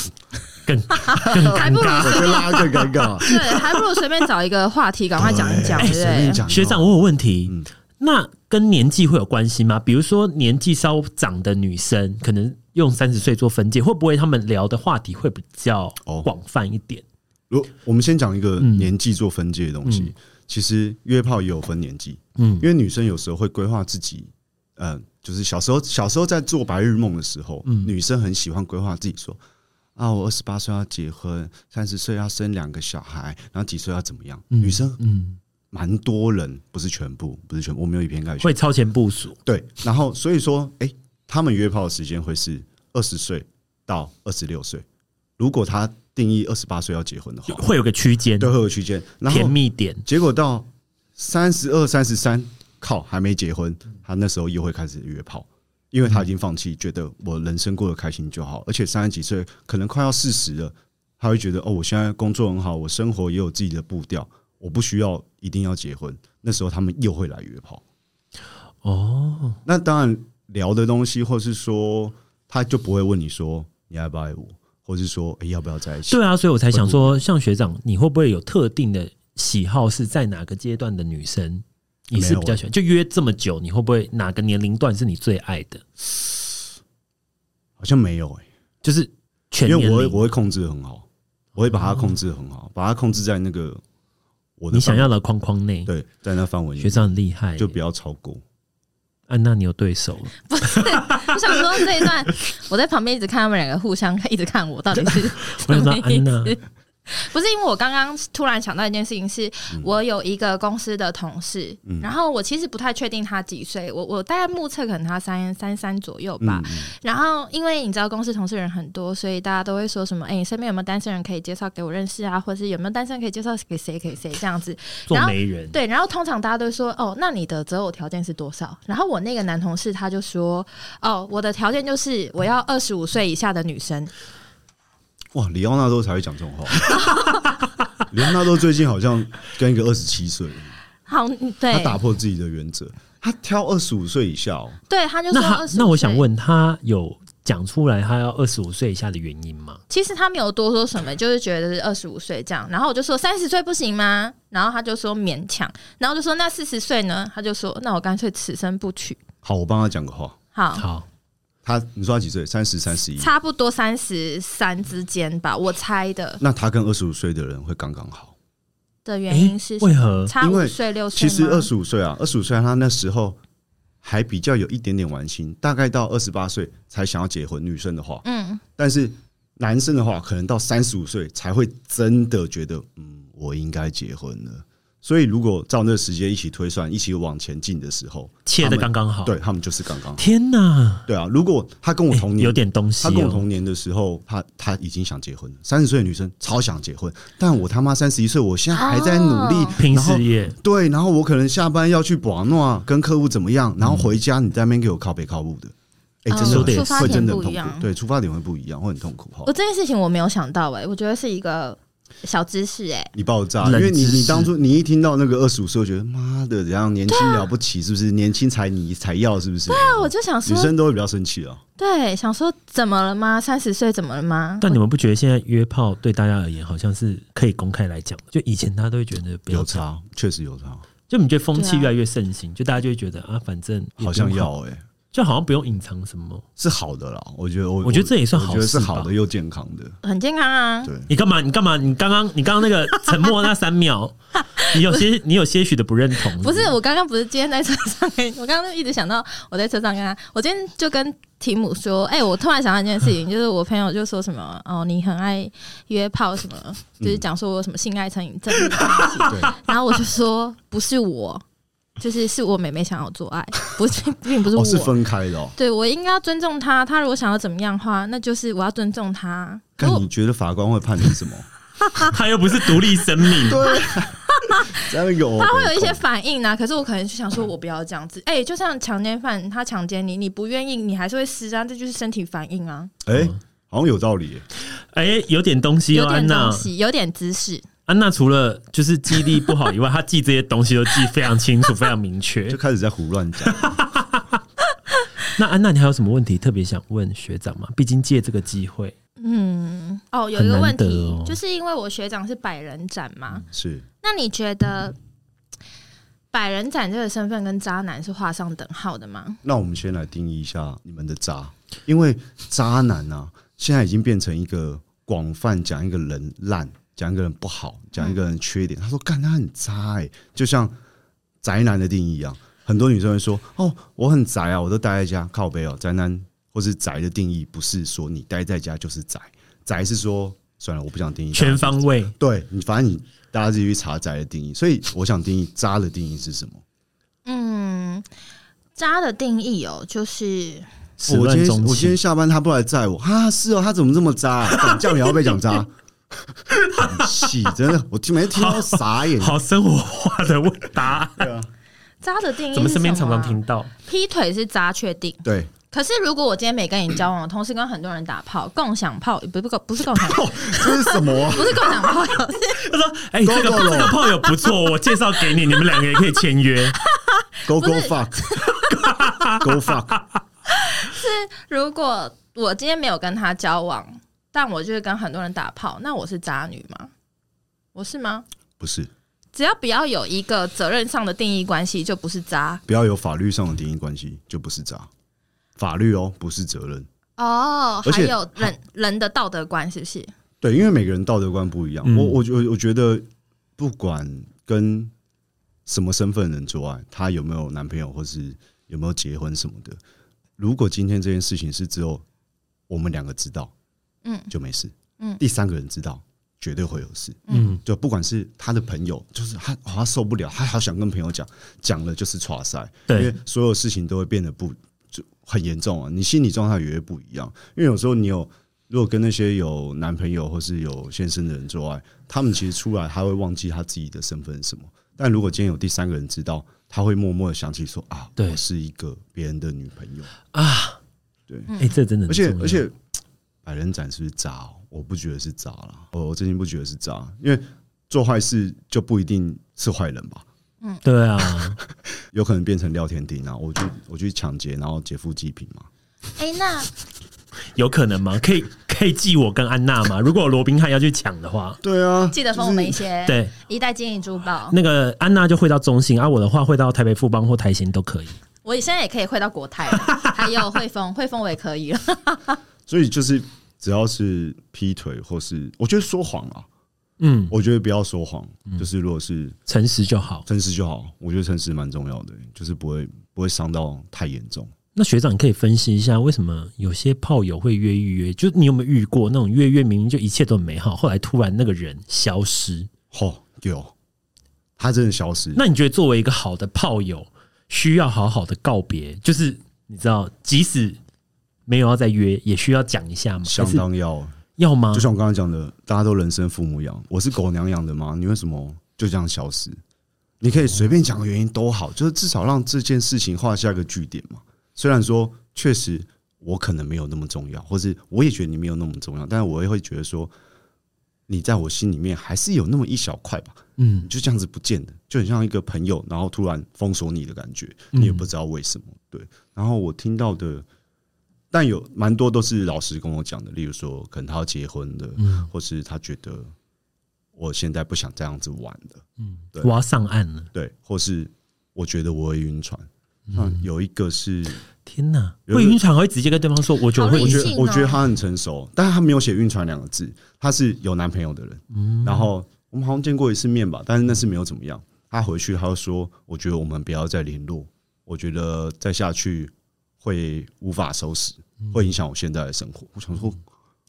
Speaker 2: 更更
Speaker 1: (laughs) 还
Speaker 2: 尴
Speaker 1: 不如
Speaker 2: 尬。
Speaker 3: 我就拉更尴尬。
Speaker 1: 对，还不如随便找一个话题，赶快讲一讲，
Speaker 3: 哎
Speaker 1: 对不
Speaker 3: 随便
Speaker 1: 对？
Speaker 3: 讲哦
Speaker 2: 学长，我有问题，
Speaker 3: 嗯
Speaker 2: 那跟年纪会有关系吗？比如说年纪稍长的女生，可能用三十岁做分界，会不会她们聊的话题会比较
Speaker 3: 哦
Speaker 2: 广泛一点？
Speaker 3: 如我们先讲一个
Speaker 2: 嗯
Speaker 3: 年纪做分界的东西，
Speaker 2: 嗯
Speaker 3: 其实约炮也有分年纪，
Speaker 2: 嗯
Speaker 3: 因为女生有时候会规划自己，嗯、就是小时候小时候在做白日梦的时候，
Speaker 2: 嗯
Speaker 3: 女生很喜欢规划自己说。啊，我二十八岁要结婚，三十岁要生两个小孩，然后几岁要怎么样？
Speaker 2: 嗯
Speaker 3: 女生
Speaker 2: 嗯，
Speaker 3: 蛮多人，不是全部，不是全部，我没有以偏概全。
Speaker 2: 会超前部署。
Speaker 3: 对，然后所以说，哎、他们约炮的时间会是二十岁到二十六岁，如果他定义二十八岁要结婚的话，
Speaker 2: 会有个区间
Speaker 3: 都会有区间。然
Speaker 2: 甜
Speaker 3: 后
Speaker 2: 蜜点，
Speaker 3: 结果到三十二、三十三，靠，还没结婚，他那时候又会开始约炮，因为他已经放弃，觉得我人生过得开心就好。而且三十几岁，可能快要四十了，他会觉得哦，我现在工作很好，我生活也有自己的步调，我不需要一定要结婚。那时候他们又会来约炮。哦，那当然聊的东西，或是说他就不会问你说你爱不爱我，或是说、诶要不要在一起。
Speaker 2: 对啊，所以我才想说，像学长，你会不会有特定的喜好是在哪个阶段的女生？你是比
Speaker 3: 欸
Speaker 2: 较喜欢，就约这么久，你会不会哪个年龄段是你最爱的？
Speaker 3: 好像没有诶、
Speaker 2: 就是全
Speaker 3: 因
Speaker 2: 年
Speaker 3: 为我会
Speaker 2: 龄，
Speaker 3: 我会控制得很好，我会把它控制得很好，把它控制在那个我
Speaker 2: 哦
Speaker 3: 的
Speaker 2: 你想
Speaker 3: 范
Speaker 2: 要的框框内
Speaker 3: 围。对，在那范围
Speaker 2: 学
Speaker 3: 内
Speaker 2: 长很厉害耶，
Speaker 3: 就不要超过。
Speaker 2: 安娜，你有对手了。
Speaker 3: (laughs)
Speaker 1: 我想说这一段，我在旁边一直看他们两个互相一直看我，到底是
Speaker 2: (laughs) 我
Speaker 1: 什
Speaker 2: 想
Speaker 1: 么
Speaker 2: 说
Speaker 1: 意
Speaker 2: 安娜，
Speaker 1: 思？不是因为我刚刚突然想到一件事情是，
Speaker 2: 嗯
Speaker 1: 我有一个公司的同事，然后我其实不太确定他几岁，我我大概目测可能他三三三左右
Speaker 2: 嗯
Speaker 3: 嗯
Speaker 1: 吧。然后因为你知道公司同事人很多，所以大家都会说什么，哎、你身边有没有单身人可以介绍给我认识啊，或者是有没有单身可以介绍给谁给谁这样子。
Speaker 2: 做
Speaker 1: 然后
Speaker 2: 媒人，
Speaker 1: 对，然后通常大家都说哦，那你的择偶条件是多少？然后我那个男同事他就说哦，我的条件就是我要二十五岁以下的女生。
Speaker 3: 哇，里奥纳多才会讲这种话。 (laughs) 里奥纳多最近好像跟一个二十七岁的，
Speaker 1: 好，嗯
Speaker 3: 他
Speaker 1: 对，
Speaker 3: 打破自己的原则，他挑二十五岁以下、哦。
Speaker 1: 对，他就
Speaker 2: 那
Speaker 1: 说
Speaker 2: 他
Speaker 1: 二十。
Speaker 2: 那我想，问，他有讲出来他要二十五岁以下的原因吗？
Speaker 1: 其实他没有多说什么，就是觉得是二十五岁这样。然后我就说三十岁不行吗？然后他就说勉强。然后就说那四十岁呢？他就说那我干脆此生不娶。
Speaker 3: 好，我帮他讲个话。
Speaker 1: 好，
Speaker 2: 好，
Speaker 3: 他你说他几岁？三十、三十一。
Speaker 1: 差不多三十三之间吧，我猜的
Speaker 3: 那他跟二十五岁的人会刚刚好。
Speaker 1: 的原
Speaker 2: 诶
Speaker 1: 因是什么
Speaker 2: 为何？
Speaker 1: 差
Speaker 3: 因
Speaker 1: 五
Speaker 3: 为
Speaker 1: 岁六岁
Speaker 3: 其
Speaker 1: 吗？
Speaker 3: 实二十五岁啊，二十五岁他那时候还比较有一点点玩心，大概到二十八岁才想要结婚。女生的话，
Speaker 1: 嗯，
Speaker 3: 但是男生的话，可能到三十五岁才会真的觉得，嗯，我应该结婚了。所以如果照那个时间一起推算，一起往前进的时候，
Speaker 2: 切的
Speaker 3: 他们
Speaker 2: 刚刚好。
Speaker 3: 对，他们就是刚刚好。
Speaker 2: 天哪，
Speaker 3: 对啊，如果他跟我同
Speaker 2: 欸
Speaker 3: 年，
Speaker 2: 有点东西
Speaker 3: 他跟我
Speaker 2: 哦。
Speaker 3: 同年的时候，他他已经想结婚了。三十岁的女生超想结婚，但我他妈三十一岁，我现在还在努力
Speaker 1: 哦
Speaker 2: 拼
Speaker 3: 然后
Speaker 2: 事业，
Speaker 3: 对，然后我可能下班要去保诺啊跟客户怎么样，然后回家你在那边给我靠北靠步的，哎、
Speaker 2: 嗯
Speaker 3: 真的
Speaker 2: 说得也
Speaker 1: 出
Speaker 3: 会
Speaker 1: 发
Speaker 3: 会
Speaker 1: 点
Speaker 3: 真的
Speaker 1: 不
Speaker 3: 很
Speaker 1: 一
Speaker 3: 痛
Speaker 1: 样
Speaker 3: 苦，对，出发点会不一样，会很痛苦哈
Speaker 2: 呃
Speaker 1: 我。这件事情我没有想到哎、我觉得是一个小知识哎、
Speaker 3: 你爆炸，因
Speaker 2: 冷
Speaker 3: 为你
Speaker 2: 知识
Speaker 3: 你当初你一听到那个二十五岁，我觉得妈的，怎样年轻了不起是不是？年轻才你才要是不是？
Speaker 2: 啊
Speaker 1: 那我就想说
Speaker 3: 女，生都会比较生气啊。
Speaker 1: 对，想说怎么了吗？三十岁怎么了吗？
Speaker 2: 但你们不觉得现在约炮对大家而言好像是可以公开来讲的？就以前大家都会觉得不要
Speaker 3: 有，差，确实有差，
Speaker 2: 就你觉得风
Speaker 1: 对
Speaker 2: 气
Speaker 1: 啊
Speaker 2: 越来越盛行，就大家就会觉得啊，反正也
Speaker 3: 好像
Speaker 2: 不用，
Speaker 3: 要哎、
Speaker 2: 就好像不用隐藏什么。
Speaker 3: 是好的啦。我觉得我
Speaker 2: 我觉得这也算好
Speaker 3: 我觉得是
Speaker 2: 事吧
Speaker 3: 好的又健康的。
Speaker 1: 很健康啊，
Speaker 3: 对
Speaker 2: 你干嘛？你干嘛？你刚刚你刚刚那个沉默那
Speaker 1: (laughs)
Speaker 2: 三秒，你有些你有些许的不认同。
Speaker 1: 不是，我刚刚不是今天在车上跟你，我刚刚一直想到我在车上跟他，我今天就跟提姆说，哎、我突然想到一件事情，就是我朋友就说什么哦，你很爱约炮什么，就是讲说我有什么性爱成瘾症这种东西，
Speaker 3: 对，
Speaker 1: 然后我就说不是我，就是是我妹妹想要做爱，不是，并不是我，
Speaker 3: 哦，是分开的哦。
Speaker 1: 对我应该要尊重她，她如果想要怎么样的话，那就是我要尊重她。可
Speaker 3: 看
Speaker 1: 我
Speaker 3: 你觉得法官会判你什么？
Speaker 2: 他又不是独立
Speaker 1: (laughs)
Speaker 2: 生命，
Speaker 3: 对，在那个
Speaker 1: 他会有一些反应啊呐、可是我可能就想说，我不要这样子。哎、就像强奸犯，他强奸你，你不愿意，你还是会施啊，这就是身体反应啊，
Speaker 3: 哎、好像有道理耶。
Speaker 2: 哎、有点东西哦，
Speaker 1: 有
Speaker 2: 安
Speaker 1: 点
Speaker 2: 娜
Speaker 1: 东。西，有点知识。
Speaker 2: 安娜除了就是记忆力不好以外，她记这些东西都记非常清楚、非常明确
Speaker 3: 就。开始在胡乱讲。
Speaker 2: (laughs) 那安娜，你还有什么问题特别想问学长吗？毕竟借这个机会，
Speaker 1: 嗯，哦，有一
Speaker 2: 很
Speaker 1: 个
Speaker 2: 难
Speaker 1: 问
Speaker 2: 得
Speaker 1: 题，
Speaker 2: 哦嗯
Speaker 1: 就是因为我学长是百人斩嘛，
Speaker 3: 是，
Speaker 1: 那你觉得百人斩这个身份跟渣男是画上等号的吗？
Speaker 3: 那我们先来定义一下你们的渣，因为渣男啊，现在已经变成一个广泛讲一个人烂，讲一个人不好，讲一个人缺点。他说干他很渣哎、就像宅男的定义一样，很多女生会说哦，我很宅啊，我都待在家，靠背哦，宅男或是宅的定义不是说你待在家就是宅，宅是说算了，我不想定义
Speaker 2: 全方位
Speaker 3: 对你，反正你大家自己去查宅的定义。所以我想定义渣的定义是什么？
Speaker 1: 嗯，渣的定义哦，就是
Speaker 2: 始
Speaker 3: 我今
Speaker 2: 乱
Speaker 3: 天
Speaker 2: 终
Speaker 3: 我今
Speaker 2: 弃
Speaker 3: 天。下班他不来载我，哈是哦，他怎么这么渣、啊？干这样也要被讲渣，很气真的，我听每次听到傻眼。
Speaker 2: 好生活化的问答，
Speaker 3: 对啊，
Speaker 1: 渣的定义是什
Speaker 2: (laughs) 怎
Speaker 1: 么
Speaker 2: 么
Speaker 1: 啊？
Speaker 2: 身边常常听到？
Speaker 1: 劈腿是渣，确定。
Speaker 3: 对，
Speaker 1: 可是如果我今天没跟你交往，同时跟很多人打炮，共享炮不不不不是共享，
Speaker 3: 这是什 (laughs) 么啊、
Speaker 1: 不是共享炮友，是
Speaker 2: 他说：“哎、这个
Speaker 3: 够了
Speaker 2: 这个炮友不错，我介绍给你，你们两个也可以签约。
Speaker 3: ？Go go
Speaker 1: 不是
Speaker 3: fuck，Go fuck，
Speaker 1: (laughs) 如果我今天没有跟他交往，但我就是跟很多人打炮，那我是渣女吗？我是吗？
Speaker 3: 不是，
Speaker 1: 只要不要有一个责任上的定义关系，就不是渣
Speaker 3: 不要有法律上的定义关系，就不是渣。法律哦，不是责任。
Speaker 1: 哦。还
Speaker 3: 而且
Speaker 1: 有人人的道德观是不是？
Speaker 3: 对，因为每个人道德观不一样，
Speaker 2: 嗯
Speaker 3: 我我觉我觉得不管跟什么身份的人做爱，他有没有男朋友或是有没有结婚什么的，如果今天这件事情是只有我们两个知道，
Speaker 1: 嗯
Speaker 3: 就没事，
Speaker 1: 嗯
Speaker 3: 第三个人知道绝对会有事，
Speaker 2: (laughs) 嗯，
Speaker 3: 就不管是他的朋友，就是他、哦他受不了，他好想跟朋友讲，讲了就是耍塞，因
Speaker 2: 对
Speaker 3: 为所有事情都会变得不就很严重啊，你心理状态也会不一样。因为有时候你有如果跟那些有男朋友或是有先生的人做爱，他们其实出来他会忘记他自己的身份是什么，但如果今天有第三个人知道，他会默默的想起说啊，
Speaker 2: 对
Speaker 3: 我是一个别人的女朋友，
Speaker 2: 啊，
Speaker 3: 对，
Speaker 2: 哎、这真的很
Speaker 3: 而且
Speaker 2: 重要
Speaker 3: 而且，百人斩是不是渣、哦？我不觉得是渣啦，我我真心不觉得是渣，因为做坏事就不一定是坏人吧，
Speaker 2: 对啊，
Speaker 3: 有可能变成廖天丁啊，我去我去抢劫，然后劫富济贫嘛。
Speaker 1: 哎、那
Speaker 2: 有可能吗？可以可以记我跟安娜吗？如果罗宾汉要去抢的话，
Speaker 3: 对啊，
Speaker 1: 记得分我们一些，
Speaker 2: 对，
Speaker 1: 一袋金银珠宝。
Speaker 2: 那个安娜就汇到中信，而、我的话汇到台北富邦或台新都可以。
Speaker 1: 我现在也可以汇到国
Speaker 3: (laughs)
Speaker 1: 泰了，还有汇丰，汇丰我也可以了。
Speaker 3: 所以就是只要是劈腿或是我觉得说谎啊，
Speaker 2: 嗯，
Speaker 3: 我觉得不要说谎，就是如果是
Speaker 2: 诚实就好。
Speaker 3: 诚实就好，我觉得诚实蛮重要的，就是不会不会伤到太严重。
Speaker 2: 那学长，你可以分析一下为什么有些炮友会约一约？就你有没有遇过那种约一约明明就一切都很美好，后来突然那个人消失？
Speaker 3: 吼，有他真的消失。
Speaker 2: 那你觉得作为一个好的炮友，需要好好的告别，就是你知道，即使没有要再约，也需要讲一下吗？还
Speaker 3: 相
Speaker 2: 是
Speaker 3: 当要，
Speaker 2: 要吗
Speaker 3: 就？像我刚刚讲的，大家都人生父母养，我是狗娘养的吗？你为什么就这样消失？你可以随便讲个原因都好，就是至少让这件事情画下一个句点嘛。虽然说确实我可能没有那么重要，或是我也觉得你没有那么重要，但是我也会觉得说，你在我心里面还是有那么一小块吧。
Speaker 2: 嗯
Speaker 3: 你，就这样子不见的，就很像一个朋友，然后突然封锁你的感觉，你也不知道为什么。对，然后我听到的，但有蛮多都是老师跟我讲的，例如说可能他要结婚的，或是他觉得我现在不想这样子玩的，对
Speaker 2: 我要上岸了，
Speaker 3: 对，或是我觉得我会晕船。那有一个是，
Speaker 2: 天哪！
Speaker 3: 有一
Speaker 2: 会
Speaker 3: 个
Speaker 2: 晕船还会直接跟对方说，我觉得我会
Speaker 1: 好
Speaker 3: 我
Speaker 1: 理
Speaker 2: 晕
Speaker 3: 觉
Speaker 1: 性
Speaker 2: 船。
Speaker 3: 得我觉得他很成熟，但是他没有写“晕船”两个字，他是有男朋友的
Speaker 2: 嗯
Speaker 3: 人。然后我们好像见过一次面吧，但是那次没有怎么样。他回去他就说：“我觉得我们不要再联络，我觉得再下去会无法收拾，
Speaker 2: 嗯
Speaker 3: 会影响我现在的生活。”我想说，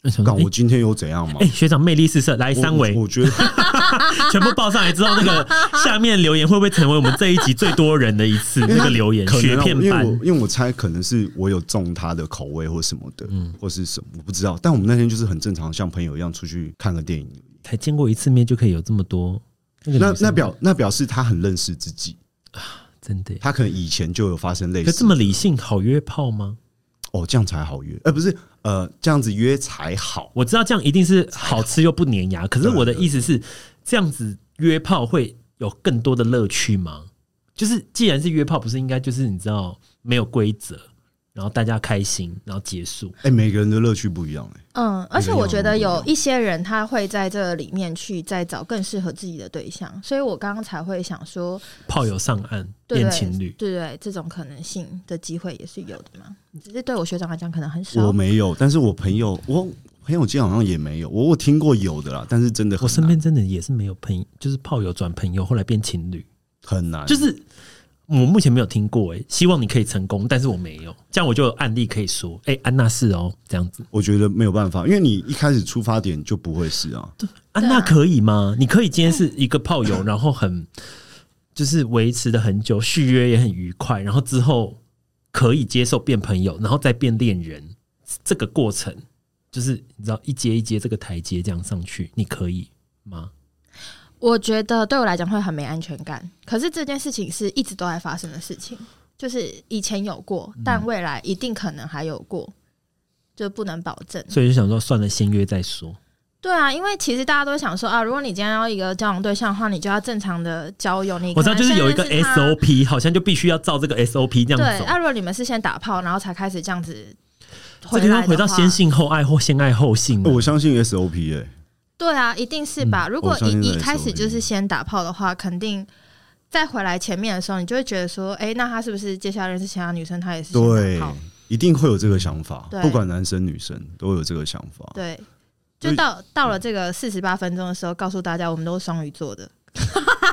Speaker 2: 我想说
Speaker 3: 干我今天有怎样吗
Speaker 2: 嗯哎、？学长魅力四射，来
Speaker 3: 我
Speaker 2: 三维
Speaker 3: 我，
Speaker 2: (laughs)
Speaker 3: 我觉得
Speaker 2: 全部报上来之后，那个下面留言会不会成为我们这一集最多人的一
Speaker 3: (laughs)
Speaker 2: 次那个留言
Speaker 3: 可
Speaker 2: 雪
Speaker 3: 能啊
Speaker 2: 片
Speaker 3: 因为
Speaker 2: 般？
Speaker 3: 我因为我猜可能是我有中他的口味或什么的，
Speaker 2: 嗯
Speaker 3: 或是什么我不知道。但我们那天就是很正常，像朋友一样出去看个电影。
Speaker 2: 才见过一次面就可以有这么多，那个
Speaker 3: 那
Speaker 2: 女生
Speaker 3: 那表那表示他很认识自己，
Speaker 2: 真的耶，
Speaker 3: 他可能以前就有发生类
Speaker 2: 可
Speaker 3: 似
Speaker 2: 这么理性好约炮吗？
Speaker 3: 哦，这样才好约，呃，不是呃，这样子约才好。
Speaker 2: 我知道这样一定是好吃又不粘
Speaker 1: 啊
Speaker 2: 牙，可是我的意思是，这样子约炮会有更多的乐趣吗？就是既然是约炮，不是应该就是你知道没有规则，然后大家开心，然后结束。
Speaker 3: 哎、每个人的乐趣不一样、哎，
Speaker 1: 嗯，而且我觉得
Speaker 3: 没有
Speaker 1: 有一些人他会在这里面去再找更适合自己的对象，所以我刚刚才会想说，
Speaker 2: 炮友上岸
Speaker 1: 对
Speaker 2: 变
Speaker 1: 不
Speaker 2: 情
Speaker 1: 对？
Speaker 2: 侣，
Speaker 1: 对不对，这种可能性的机会也是有的嘛。只是对我学长来讲可能很
Speaker 3: 我
Speaker 2: 啊
Speaker 1: 少。
Speaker 3: 没有，但是我朋友，我朋友间好像也没有，我我听过有的啦，但是真的
Speaker 2: 我
Speaker 3: 很
Speaker 2: 身
Speaker 3: 难
Speaker 2: 边真的也是没有朋友，就是炮友转朋友，后来变情侣，
Speaker 3: 很
Speaker 1: 嗯
Speaker 3: 难，
Speaker 2: 就是我目前没有听过、欸。希望你可以成功，但是我没有，这样我就有案例可以说，哎、安娜是哦，这样子，
Speaker 3: 我觉得没有办法，因为你一开始出发点就不会是啊，
Speaker 2: 安娜可以吗？你可以今天
Speaker 1: 嗯
Speaker 2: 是一个炮
Speaker 1: (laughs)
Speaker 2: 友，然后很就是维持的很久，续约也很愉快，然后之后可以接受变朋友，然后再变恋人，这个过程就是你知道一阶一阶这个台阶这样上去，你可以吗？
Speaker 1: 我觉得对我来讲会很没安全感，可是这件事情是一直都在发生的事情，就是以前有过，
Speaker 2: 嗯
Speaker 1: 但未来一定可能还有过，就不能保证。
Speaker 2: 所以就想说，算了，先约再说。
Speaker 1: 对啊，因为其实大家都想说啊，如果你今天要一个交往对象的话，你就要正常的交友。你
Speaker 2: 我知道，就是有一个
Speaker 1: 可能先认识他
Speaker 2: SOP，好像就必须要照这个 SOP 这样
Speaker 1: 对，啊
Speaker 2: 走
Speaker 1: 那、。如果你们是先打炮，然后才开始这样子
Speaker 2: 这
Speaker 1: 回
Speaker 2: 个
Speaker 1: 来的
Speaker 2: 要
Speaker 1: 话，
Speaker 2: 回到先性后爱或先爱后性
Speaker 1: (laughs)
Speaker 2: 了。
Speaker 3: 我相信 SOP 哎、
Speaker 1: 对啊，一定
Speaker 2: 嗯
Speaker 1: 是吧？如果
Speaker 3: 我相信
Speaker 1: 一
Speaker 3: 这
Speaker 1: 一
Speaker 3: 个
Speaker 1: 开始
Speaker 3: SOP
Speaker 1: 就是先打炮的话，肯定再回来前面的时候，你就会觉得说，哎、那他是不是接下来认识其他女生，他也是先
Speaker 3: 对
Speaker 1: 打炮？，
Speaker 3: 一定会有这个想法，
Speaker 1: 对
Speaker 3: 不管男生女生都有这个想法。
Speaker 1: 对，
Speaker 3: 所
Speaker 1: 就
Speaker 3: 以
Speaker 1: 到到了这个四十八分钟的时候，告诉大家我们都是双鱼座的。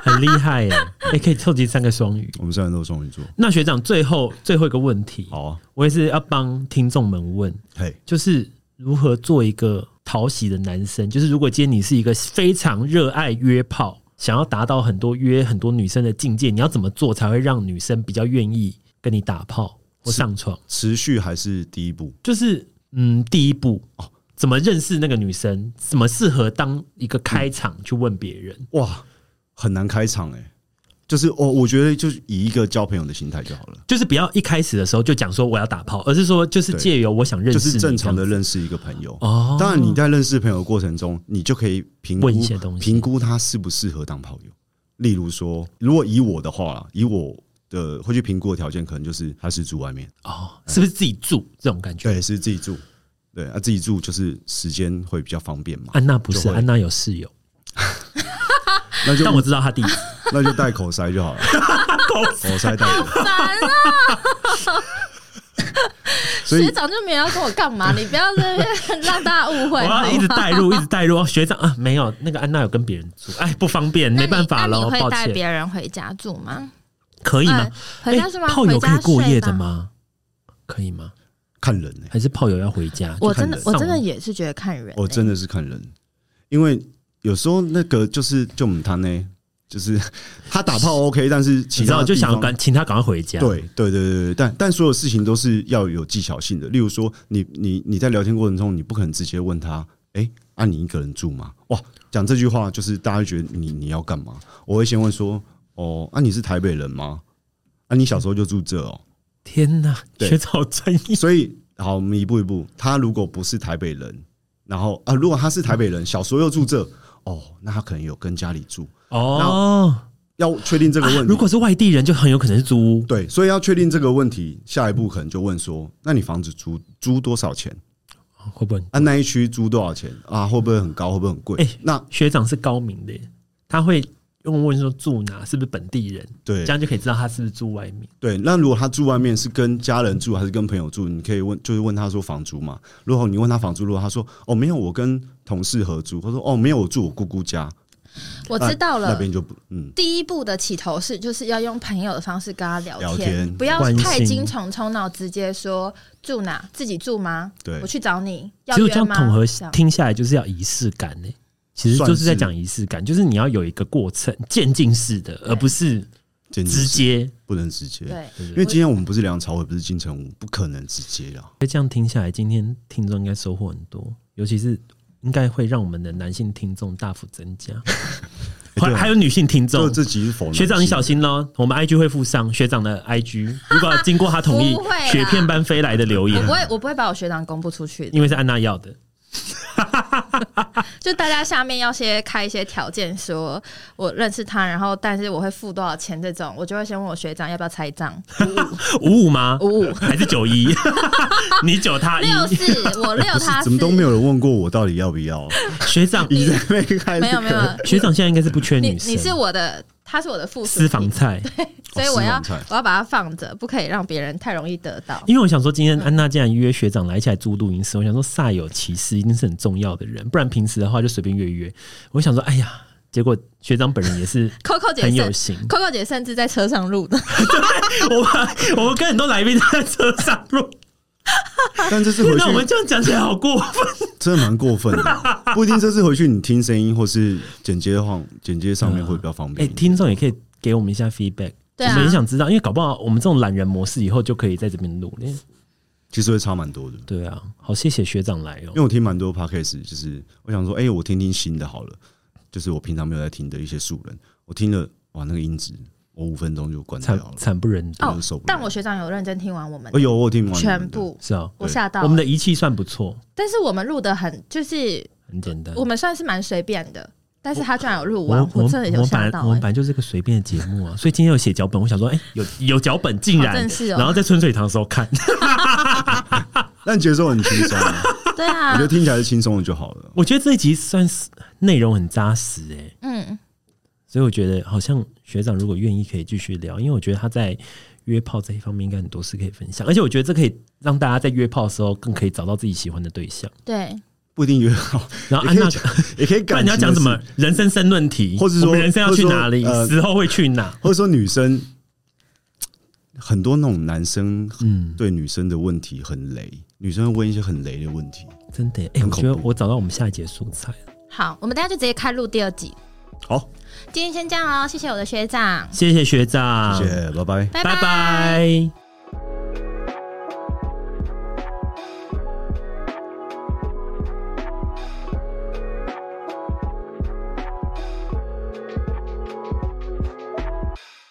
Speaker 2: 很厉害耶、也哎可以凑齐三个双语。
Speaker 3: 我们虽然都是双鱼座，
Speaker 2: 那学长，最后最后一个问题，
Speaker 3: 好啊，
Speaker 2: 我也是要帮听众们问，
Speaker 3: 嘿，
Speaker 2: 就是如何做一个讨喜的男生？就是如果今天你是一个非常热爱约炮，想要达到很多约很多女生的境界，你要怎么做才会让女生比较愿意跟你打炮或
Speaker 3: 是
Speaker 2: 上床？
Speaker 3: 持续还是第一步，
Speaker 2: 就是嗯，第一步哦，怎么认识那个女生？怎么适合当一个开
Speaker 3: 嗯
Speaker 2: 场去问别人？
Speaker 3: 哇，很难开场哎、就是我、我觉得就是以一个交朋友的心态就好了，
Speaker 2: 就是不要一开始的时候就讲说我要打炮，而是说就是
Speaker 3: 对
Speaker 2: 借由我想认
Speaker 3: 就
Speaker 2: 识你
Speaker 3: 是正常的
Speaker 2: 这样子
Speaker 3: 认识一个朋友。
Speaker 2: 哦。
Speaker 3: 当然，你在认识朋友的过程中，你就可以评估
Speaker 2: 问一些东西
Speaker 3: 评估他适不适合当炮友。例如说，如果以我的话啦，以我的会去评估的条件，可能就是他是住外面，
Speaker 2: 哦，是不是自己住这种感觉？
Speaker 3: 对，是自己住，对，啊，自己住就是时间会比较方便
Speaker 2: (laughs)
Speaker 3: 嘛，
Speaker 2: 安娜不是，
Speaker 3: 就会
Speaker 2: 安娜有室友，
Speaker 3: (laughs) 那就
Speaker 2: 但我知道她弟弟。
Speaker 3: 那就戴口塞
Speaker 2: (laughs)
Speaker 3: 就好了，口塞戴口，
Speaker 1: 烦啊！
Speaker 3: 所以
Speaker 1: 学长就没有要跟我干
Speaker 2: (laughs)
Speaker 1: 嘛，你不要在那边让大家误 (laughs) 会。
Speaker 2: 我要
Speaker 1: 好
Speaker 2: 一
Speaker 1: 吗
Speaker 2: 直带
Speaker 1: (laughs)
Speaker 2: 入，一直带入。哦学长啊，没有那个安娜有跟别人住，哎，不方便，
Speaker 1: 那
Speaker 2: 没
Speaker 1: 你
Speaker 2: 办法
Speaker 1: 那
Speaker 2: 了，
Speaker 1: 你会
Speaker 2: 抱
Speaker 1: 带
Speaker 2: 歉。
Speaker 1: 别人回家住吗？
Speaker 2: 可以吗？
Speaker 1: 回家是吗？
Speaker 2: 哎炮
Speaker 1: 回
Speaker 2: 友可
Speaker 1: 家
Speaker 2: 以过夜
Speaker 1: 睡
Speaker 2: 的？吗？可以吗？
Speaker 3: 看人哎、
Speaker 2: 还是炮友要回家？
Speaker 1: 我
Speaker 2: 就看
Speaker 1: 真的
Speaker 2: 人
Speaker 1: 我真
Speaker 2: 上
Speaker 1: 的
Speaker 2: 网
Speaker 1: 也是觉
Speaker 3: 哦
Speaker 1: 得看人欸、
Speaker 3: 我真的是看人，因为有时候那个就是就我们谈呢，就是 (laughs) 他打炮 OK，但是其
Speaker 2: 你知
Speaker 3: 他
Speaker 2: 道，就
Speaker 3: 地
Speaker 2: 想
Speaker 3: 方
Speaker 2: 赶请他赶快回家。，
Speaker 3: 对对对对对，但但所有事情都是要有技巧性的。例如说你，你你在聊天过程中，你不可能直接问他，哎、啊，你一个人住吗？哇，讲这句话就是大家会觉得你你要干嘛？我会先问说，哦，啊，你是台北人吗？啊，你小时候就住这哦，
Speaker 2: 天哪，
Speaker 3: 对
Speaker 2: 学草专业，
Speaker 3: 所以好，我们一步一步。他如果不是台北人，然后啊，如果他是台北人，小时候又住这，哦，那他可能有跟家里住。
Speaker 2: 哦，
Speaker 3: 要确定这个问题，
Speaker 2: 啊如果是外地人，就很有可能是租屋
Speaker 3: 对，所以要确定这个问题，下一步可能就问说，那你房子租租多少钱？
Speaker 2: 会不会？
Speaker 3: 啊，那一区租多少钱啊？会不会很高？会不会很贵？
Speaker 2: 哎
Speaker 3: 那
Speaker 2: 学长是高明的耶，他会用问说住哪，是不是本地人，
Speaker 3: 对
Speaker 2: 这样就可以知道他是不是住外面。
Speaker 3: 对，那如果他住外面是跟家人住还是跟朋友住，你可以问，就是问他说房租嘛。如果你问他房租，如果他说哦没有，我跟同事合租，他说哦没有，我住我姑姑家，
Speaker 1: 我
Speaker 2: 啊
Speaker 1: 知道
Speaker 3: 那
Speaker 1: 了。
Speaker 3: 边就不嗯，
Speaker 1: 第一步的起头是，就是要用朋友的方式跟他聊
Speaker 3: 聊天
Speaker 1: 不要
Speaker 2: 关心
Speaker 1: 太精虫充脑，直接说住哪，自己住吗？
Speaker 3: 对
Speaker 1: 我去找你，要
Speaker 2: 其实我
Speaker 1: 约
Speaker 2: 这样
Speaker 1: 吗？
Speaker 2: 统合
Speaker 1: 这样
Speaker 2: 听下来，就是要仪式感呢、其实就是在讲仪式感，就是你要有一个过程，渐进式的，而不是
Speaker 1: 哎
Speaker 3: 简直
Speaker 2: 直
Speaker 3: 是
Speaker 2: 接。
Speaker 3: 不能直接，
Speaker 1: 对，
Speaker 2: 对不
Speaker 3: 因
Speaker 2: 对
Speaker 3: 为今天我们不是梁朝伟，不是金城武，不可能直接啊啦。
Speaker 2: 所以这样听下来，今天听众应该收获很多，尤其是应该会让我们的男性听众大幅增加，还、
Speaker 3: (laughs) 对啊
Speaker 2: 还有女性听
Speaker 3: 就
Speaker 2: 众。
Speaker 3: 这集是否
Speaker 2: 学长，你小心喽！我们 IG 会附上学长的 IG，如果经过他同意
Speaker 1: (laughs) 不会啦，
Speaker 2: 雪片般飞来的留
Speaker 1: 我 (laughs)
Speaker 2: 言
Speaker 1: 不，会，我不会把我学
Speaker 2: (laughs)
Speaker 1: 长公布出去的。
Speaker 2: 因为是安娜要的。
Speaker 1: 就大家下面要先开一些条件，说我认识他，然后但是我会付多少钱这种，我就会先问我学长要不要拆
Speaker 2: (laughs)
Speaker 1: 账。
Speaker 2: 五五吗？
Speaker 1: 五五
Speaker 2: 还是九一？ (laughs) 你九他一？
Speaker 1: 六四，
Speaker 2: (laughs)
Speaker 1: 我六
Speaker 3: 不是
Speaker 1: 他四
Speaker 3: 怎，么都没有人问过我到底要不要？ (laughs) 哦
Speaker 2: 学长，
Speaker 3: 你在那边开
Speaker 1: 没有没有，
Speaker 2: 学长现在应该是不缺 (laughs)
Speaker 1: 你
Speaker 2: 女生。
Speaker 1: 你是我的，他是我的附属
Speaker 2: 私房哦
Speaker 1: 品，
Speaker 2: 菜，
Speaker 1: 所以我要
Speaker 3: 私房菜
Speaker 1: 我要把它放着，不可以让别人太容易得到。
Speaker 2: (laughs) 因为我想说，今天安娜既然约学长来一起来租录音室，我想说煞有其事，一定是很重要的人，不然平时的话就随便约约。我想说，哎呀，结果学长本人
Speaker 1: (laughs)
Speaker 2: 也是
Speaker 1: Coco 姐
Speaker 2: 很有
Speaker 1: 甚
Speaker 2: 型。 (laughs)
Speaker 1: Coco 姐甚至在车上录的，
Speaker 2: 我们我们跟很多来宾在车上录， (laughs)
Speaker 3: 但这次回去
Speaker 2: 那我们这样讲起来好过分。
Speaker 3: 真的蛮过分的，不一定这次回去你听声音或是剪接上剪接上面会比较方
Speaker 2: (laughs) 哎、
Speaker 3: 便。
Speaker 2: 听众也可以给我们一下 feedback，、
Speaker 1: 对啊
Speaker 2: 我们也想知道，因为搞不好我们这种懒人模式以后就可以在这边录了。
Speaker 3: 其实会差蛮多的，
Speaker 2: 对啊，好，谢谢学长来哦、
Speaker 3: 因为我听蛮多 podcast，就是我想说，哎、我听听新的好了，就是我平常没有在听的一些素人，我听了哇，那个音质，我五分钟就关掉
Speaker 2: 惨
Speaker 3: 了，
Speaker 2: 惨不忍睹，
Speaker 1: 哦
Speaker 3: 我受不了。
Speaker 1: 但我学长有认真听完我们
Speaker 3: 哎呦，我有听完你们的
Speaker 1: 全，部，
Speaker 2: 是啊，
Speaker 1: 我吓到
Speaker 2: 我们的仪器算不错，
Speaker 1: 但是我们录的很就是
Speaker 2: 很简单。
Speaker 1: 我们算是蛮随便的，但是他居然有录完
Speaker 2: 呃我，
Speaker 1: 我
Speaker 2: 我
Speaker 1: 真的有
Speaker 2: 我
Speaker 1: 吓
Speaker 2: 本来
Speaker 1: 到、
Speaker 2: 我们
Speaker 1: 欸。
Speaker 2: 本来就是个随便的节目啊，所以今天有写脚本，我想说，哎、有有脚本竟
Speaker 1: 好
Speaker 2: 然
Speaker 1: 正，式哦
Speaker 2: 然后在春水堂的时候看， (laughs)
Speaker 3: 但节奏很轻松、啊，
Speaker 1: 对
Speaker 3: (laughs) 我
Speaker 1: 啊
Speaker 3: 觉得，听起来是轻松的就好了。
Speaker 2: 我觉得这一集算是内容很扎实哎、
Speaker 1: 嗯，
Speaker 2: 所以我觉得好像学长如果愿意可以继续聊，因为我觉得他在约炮这一方面应该很多事可以分享，而且我觉得这可以让大家在约炮的时候更可以找到自己喜欢的对象。
Speaker 1: 对，
Speaker 3: 不一定约好，
Speaker 2: 然后
Speaker 3: 也
Speaker 2: 安
Speaker 3: 可
Speaker 2: 娜
Speaker 3: 以，讲，也可以
Speaker 2: 不
Speaker 3: 感
Speaker 2: 然你要讲什么
Speaker 3: 情的事？
Speaker 2: 人生申论题，
Speaker 3: 或是说
Speaker 2: 我们人生要去哪里
Speaker 3: 或是说，呃
Speaker 2: 死后会去哪？
Speaker 3: 或者说女生很多那种男生
Speaker 2: 嗯，
Speaker 3: 对女生的问题很雷，女生会问一些很雷的问题。
Speaker 2: 真的耶，哎、
Speaker 3: 很
Speaker 2: 我
Speaker 3: 恐
Speaker 2: 觉得
Speaker 3: 怖
Speaker 2: 我找到我们下一节素材了。
Speaker 1: 好，我们大家就直接开录第二集。
Speaker 3: 好，
Speaker 1: 哦今天先这样喽，谢谢我的学长，
Speaker 3: 啊
Speaker 2: 谢谢学长，
Speaker 3: 谢谢，拜拜。
Speaker 1: 拜
Speaker 2: 拜拜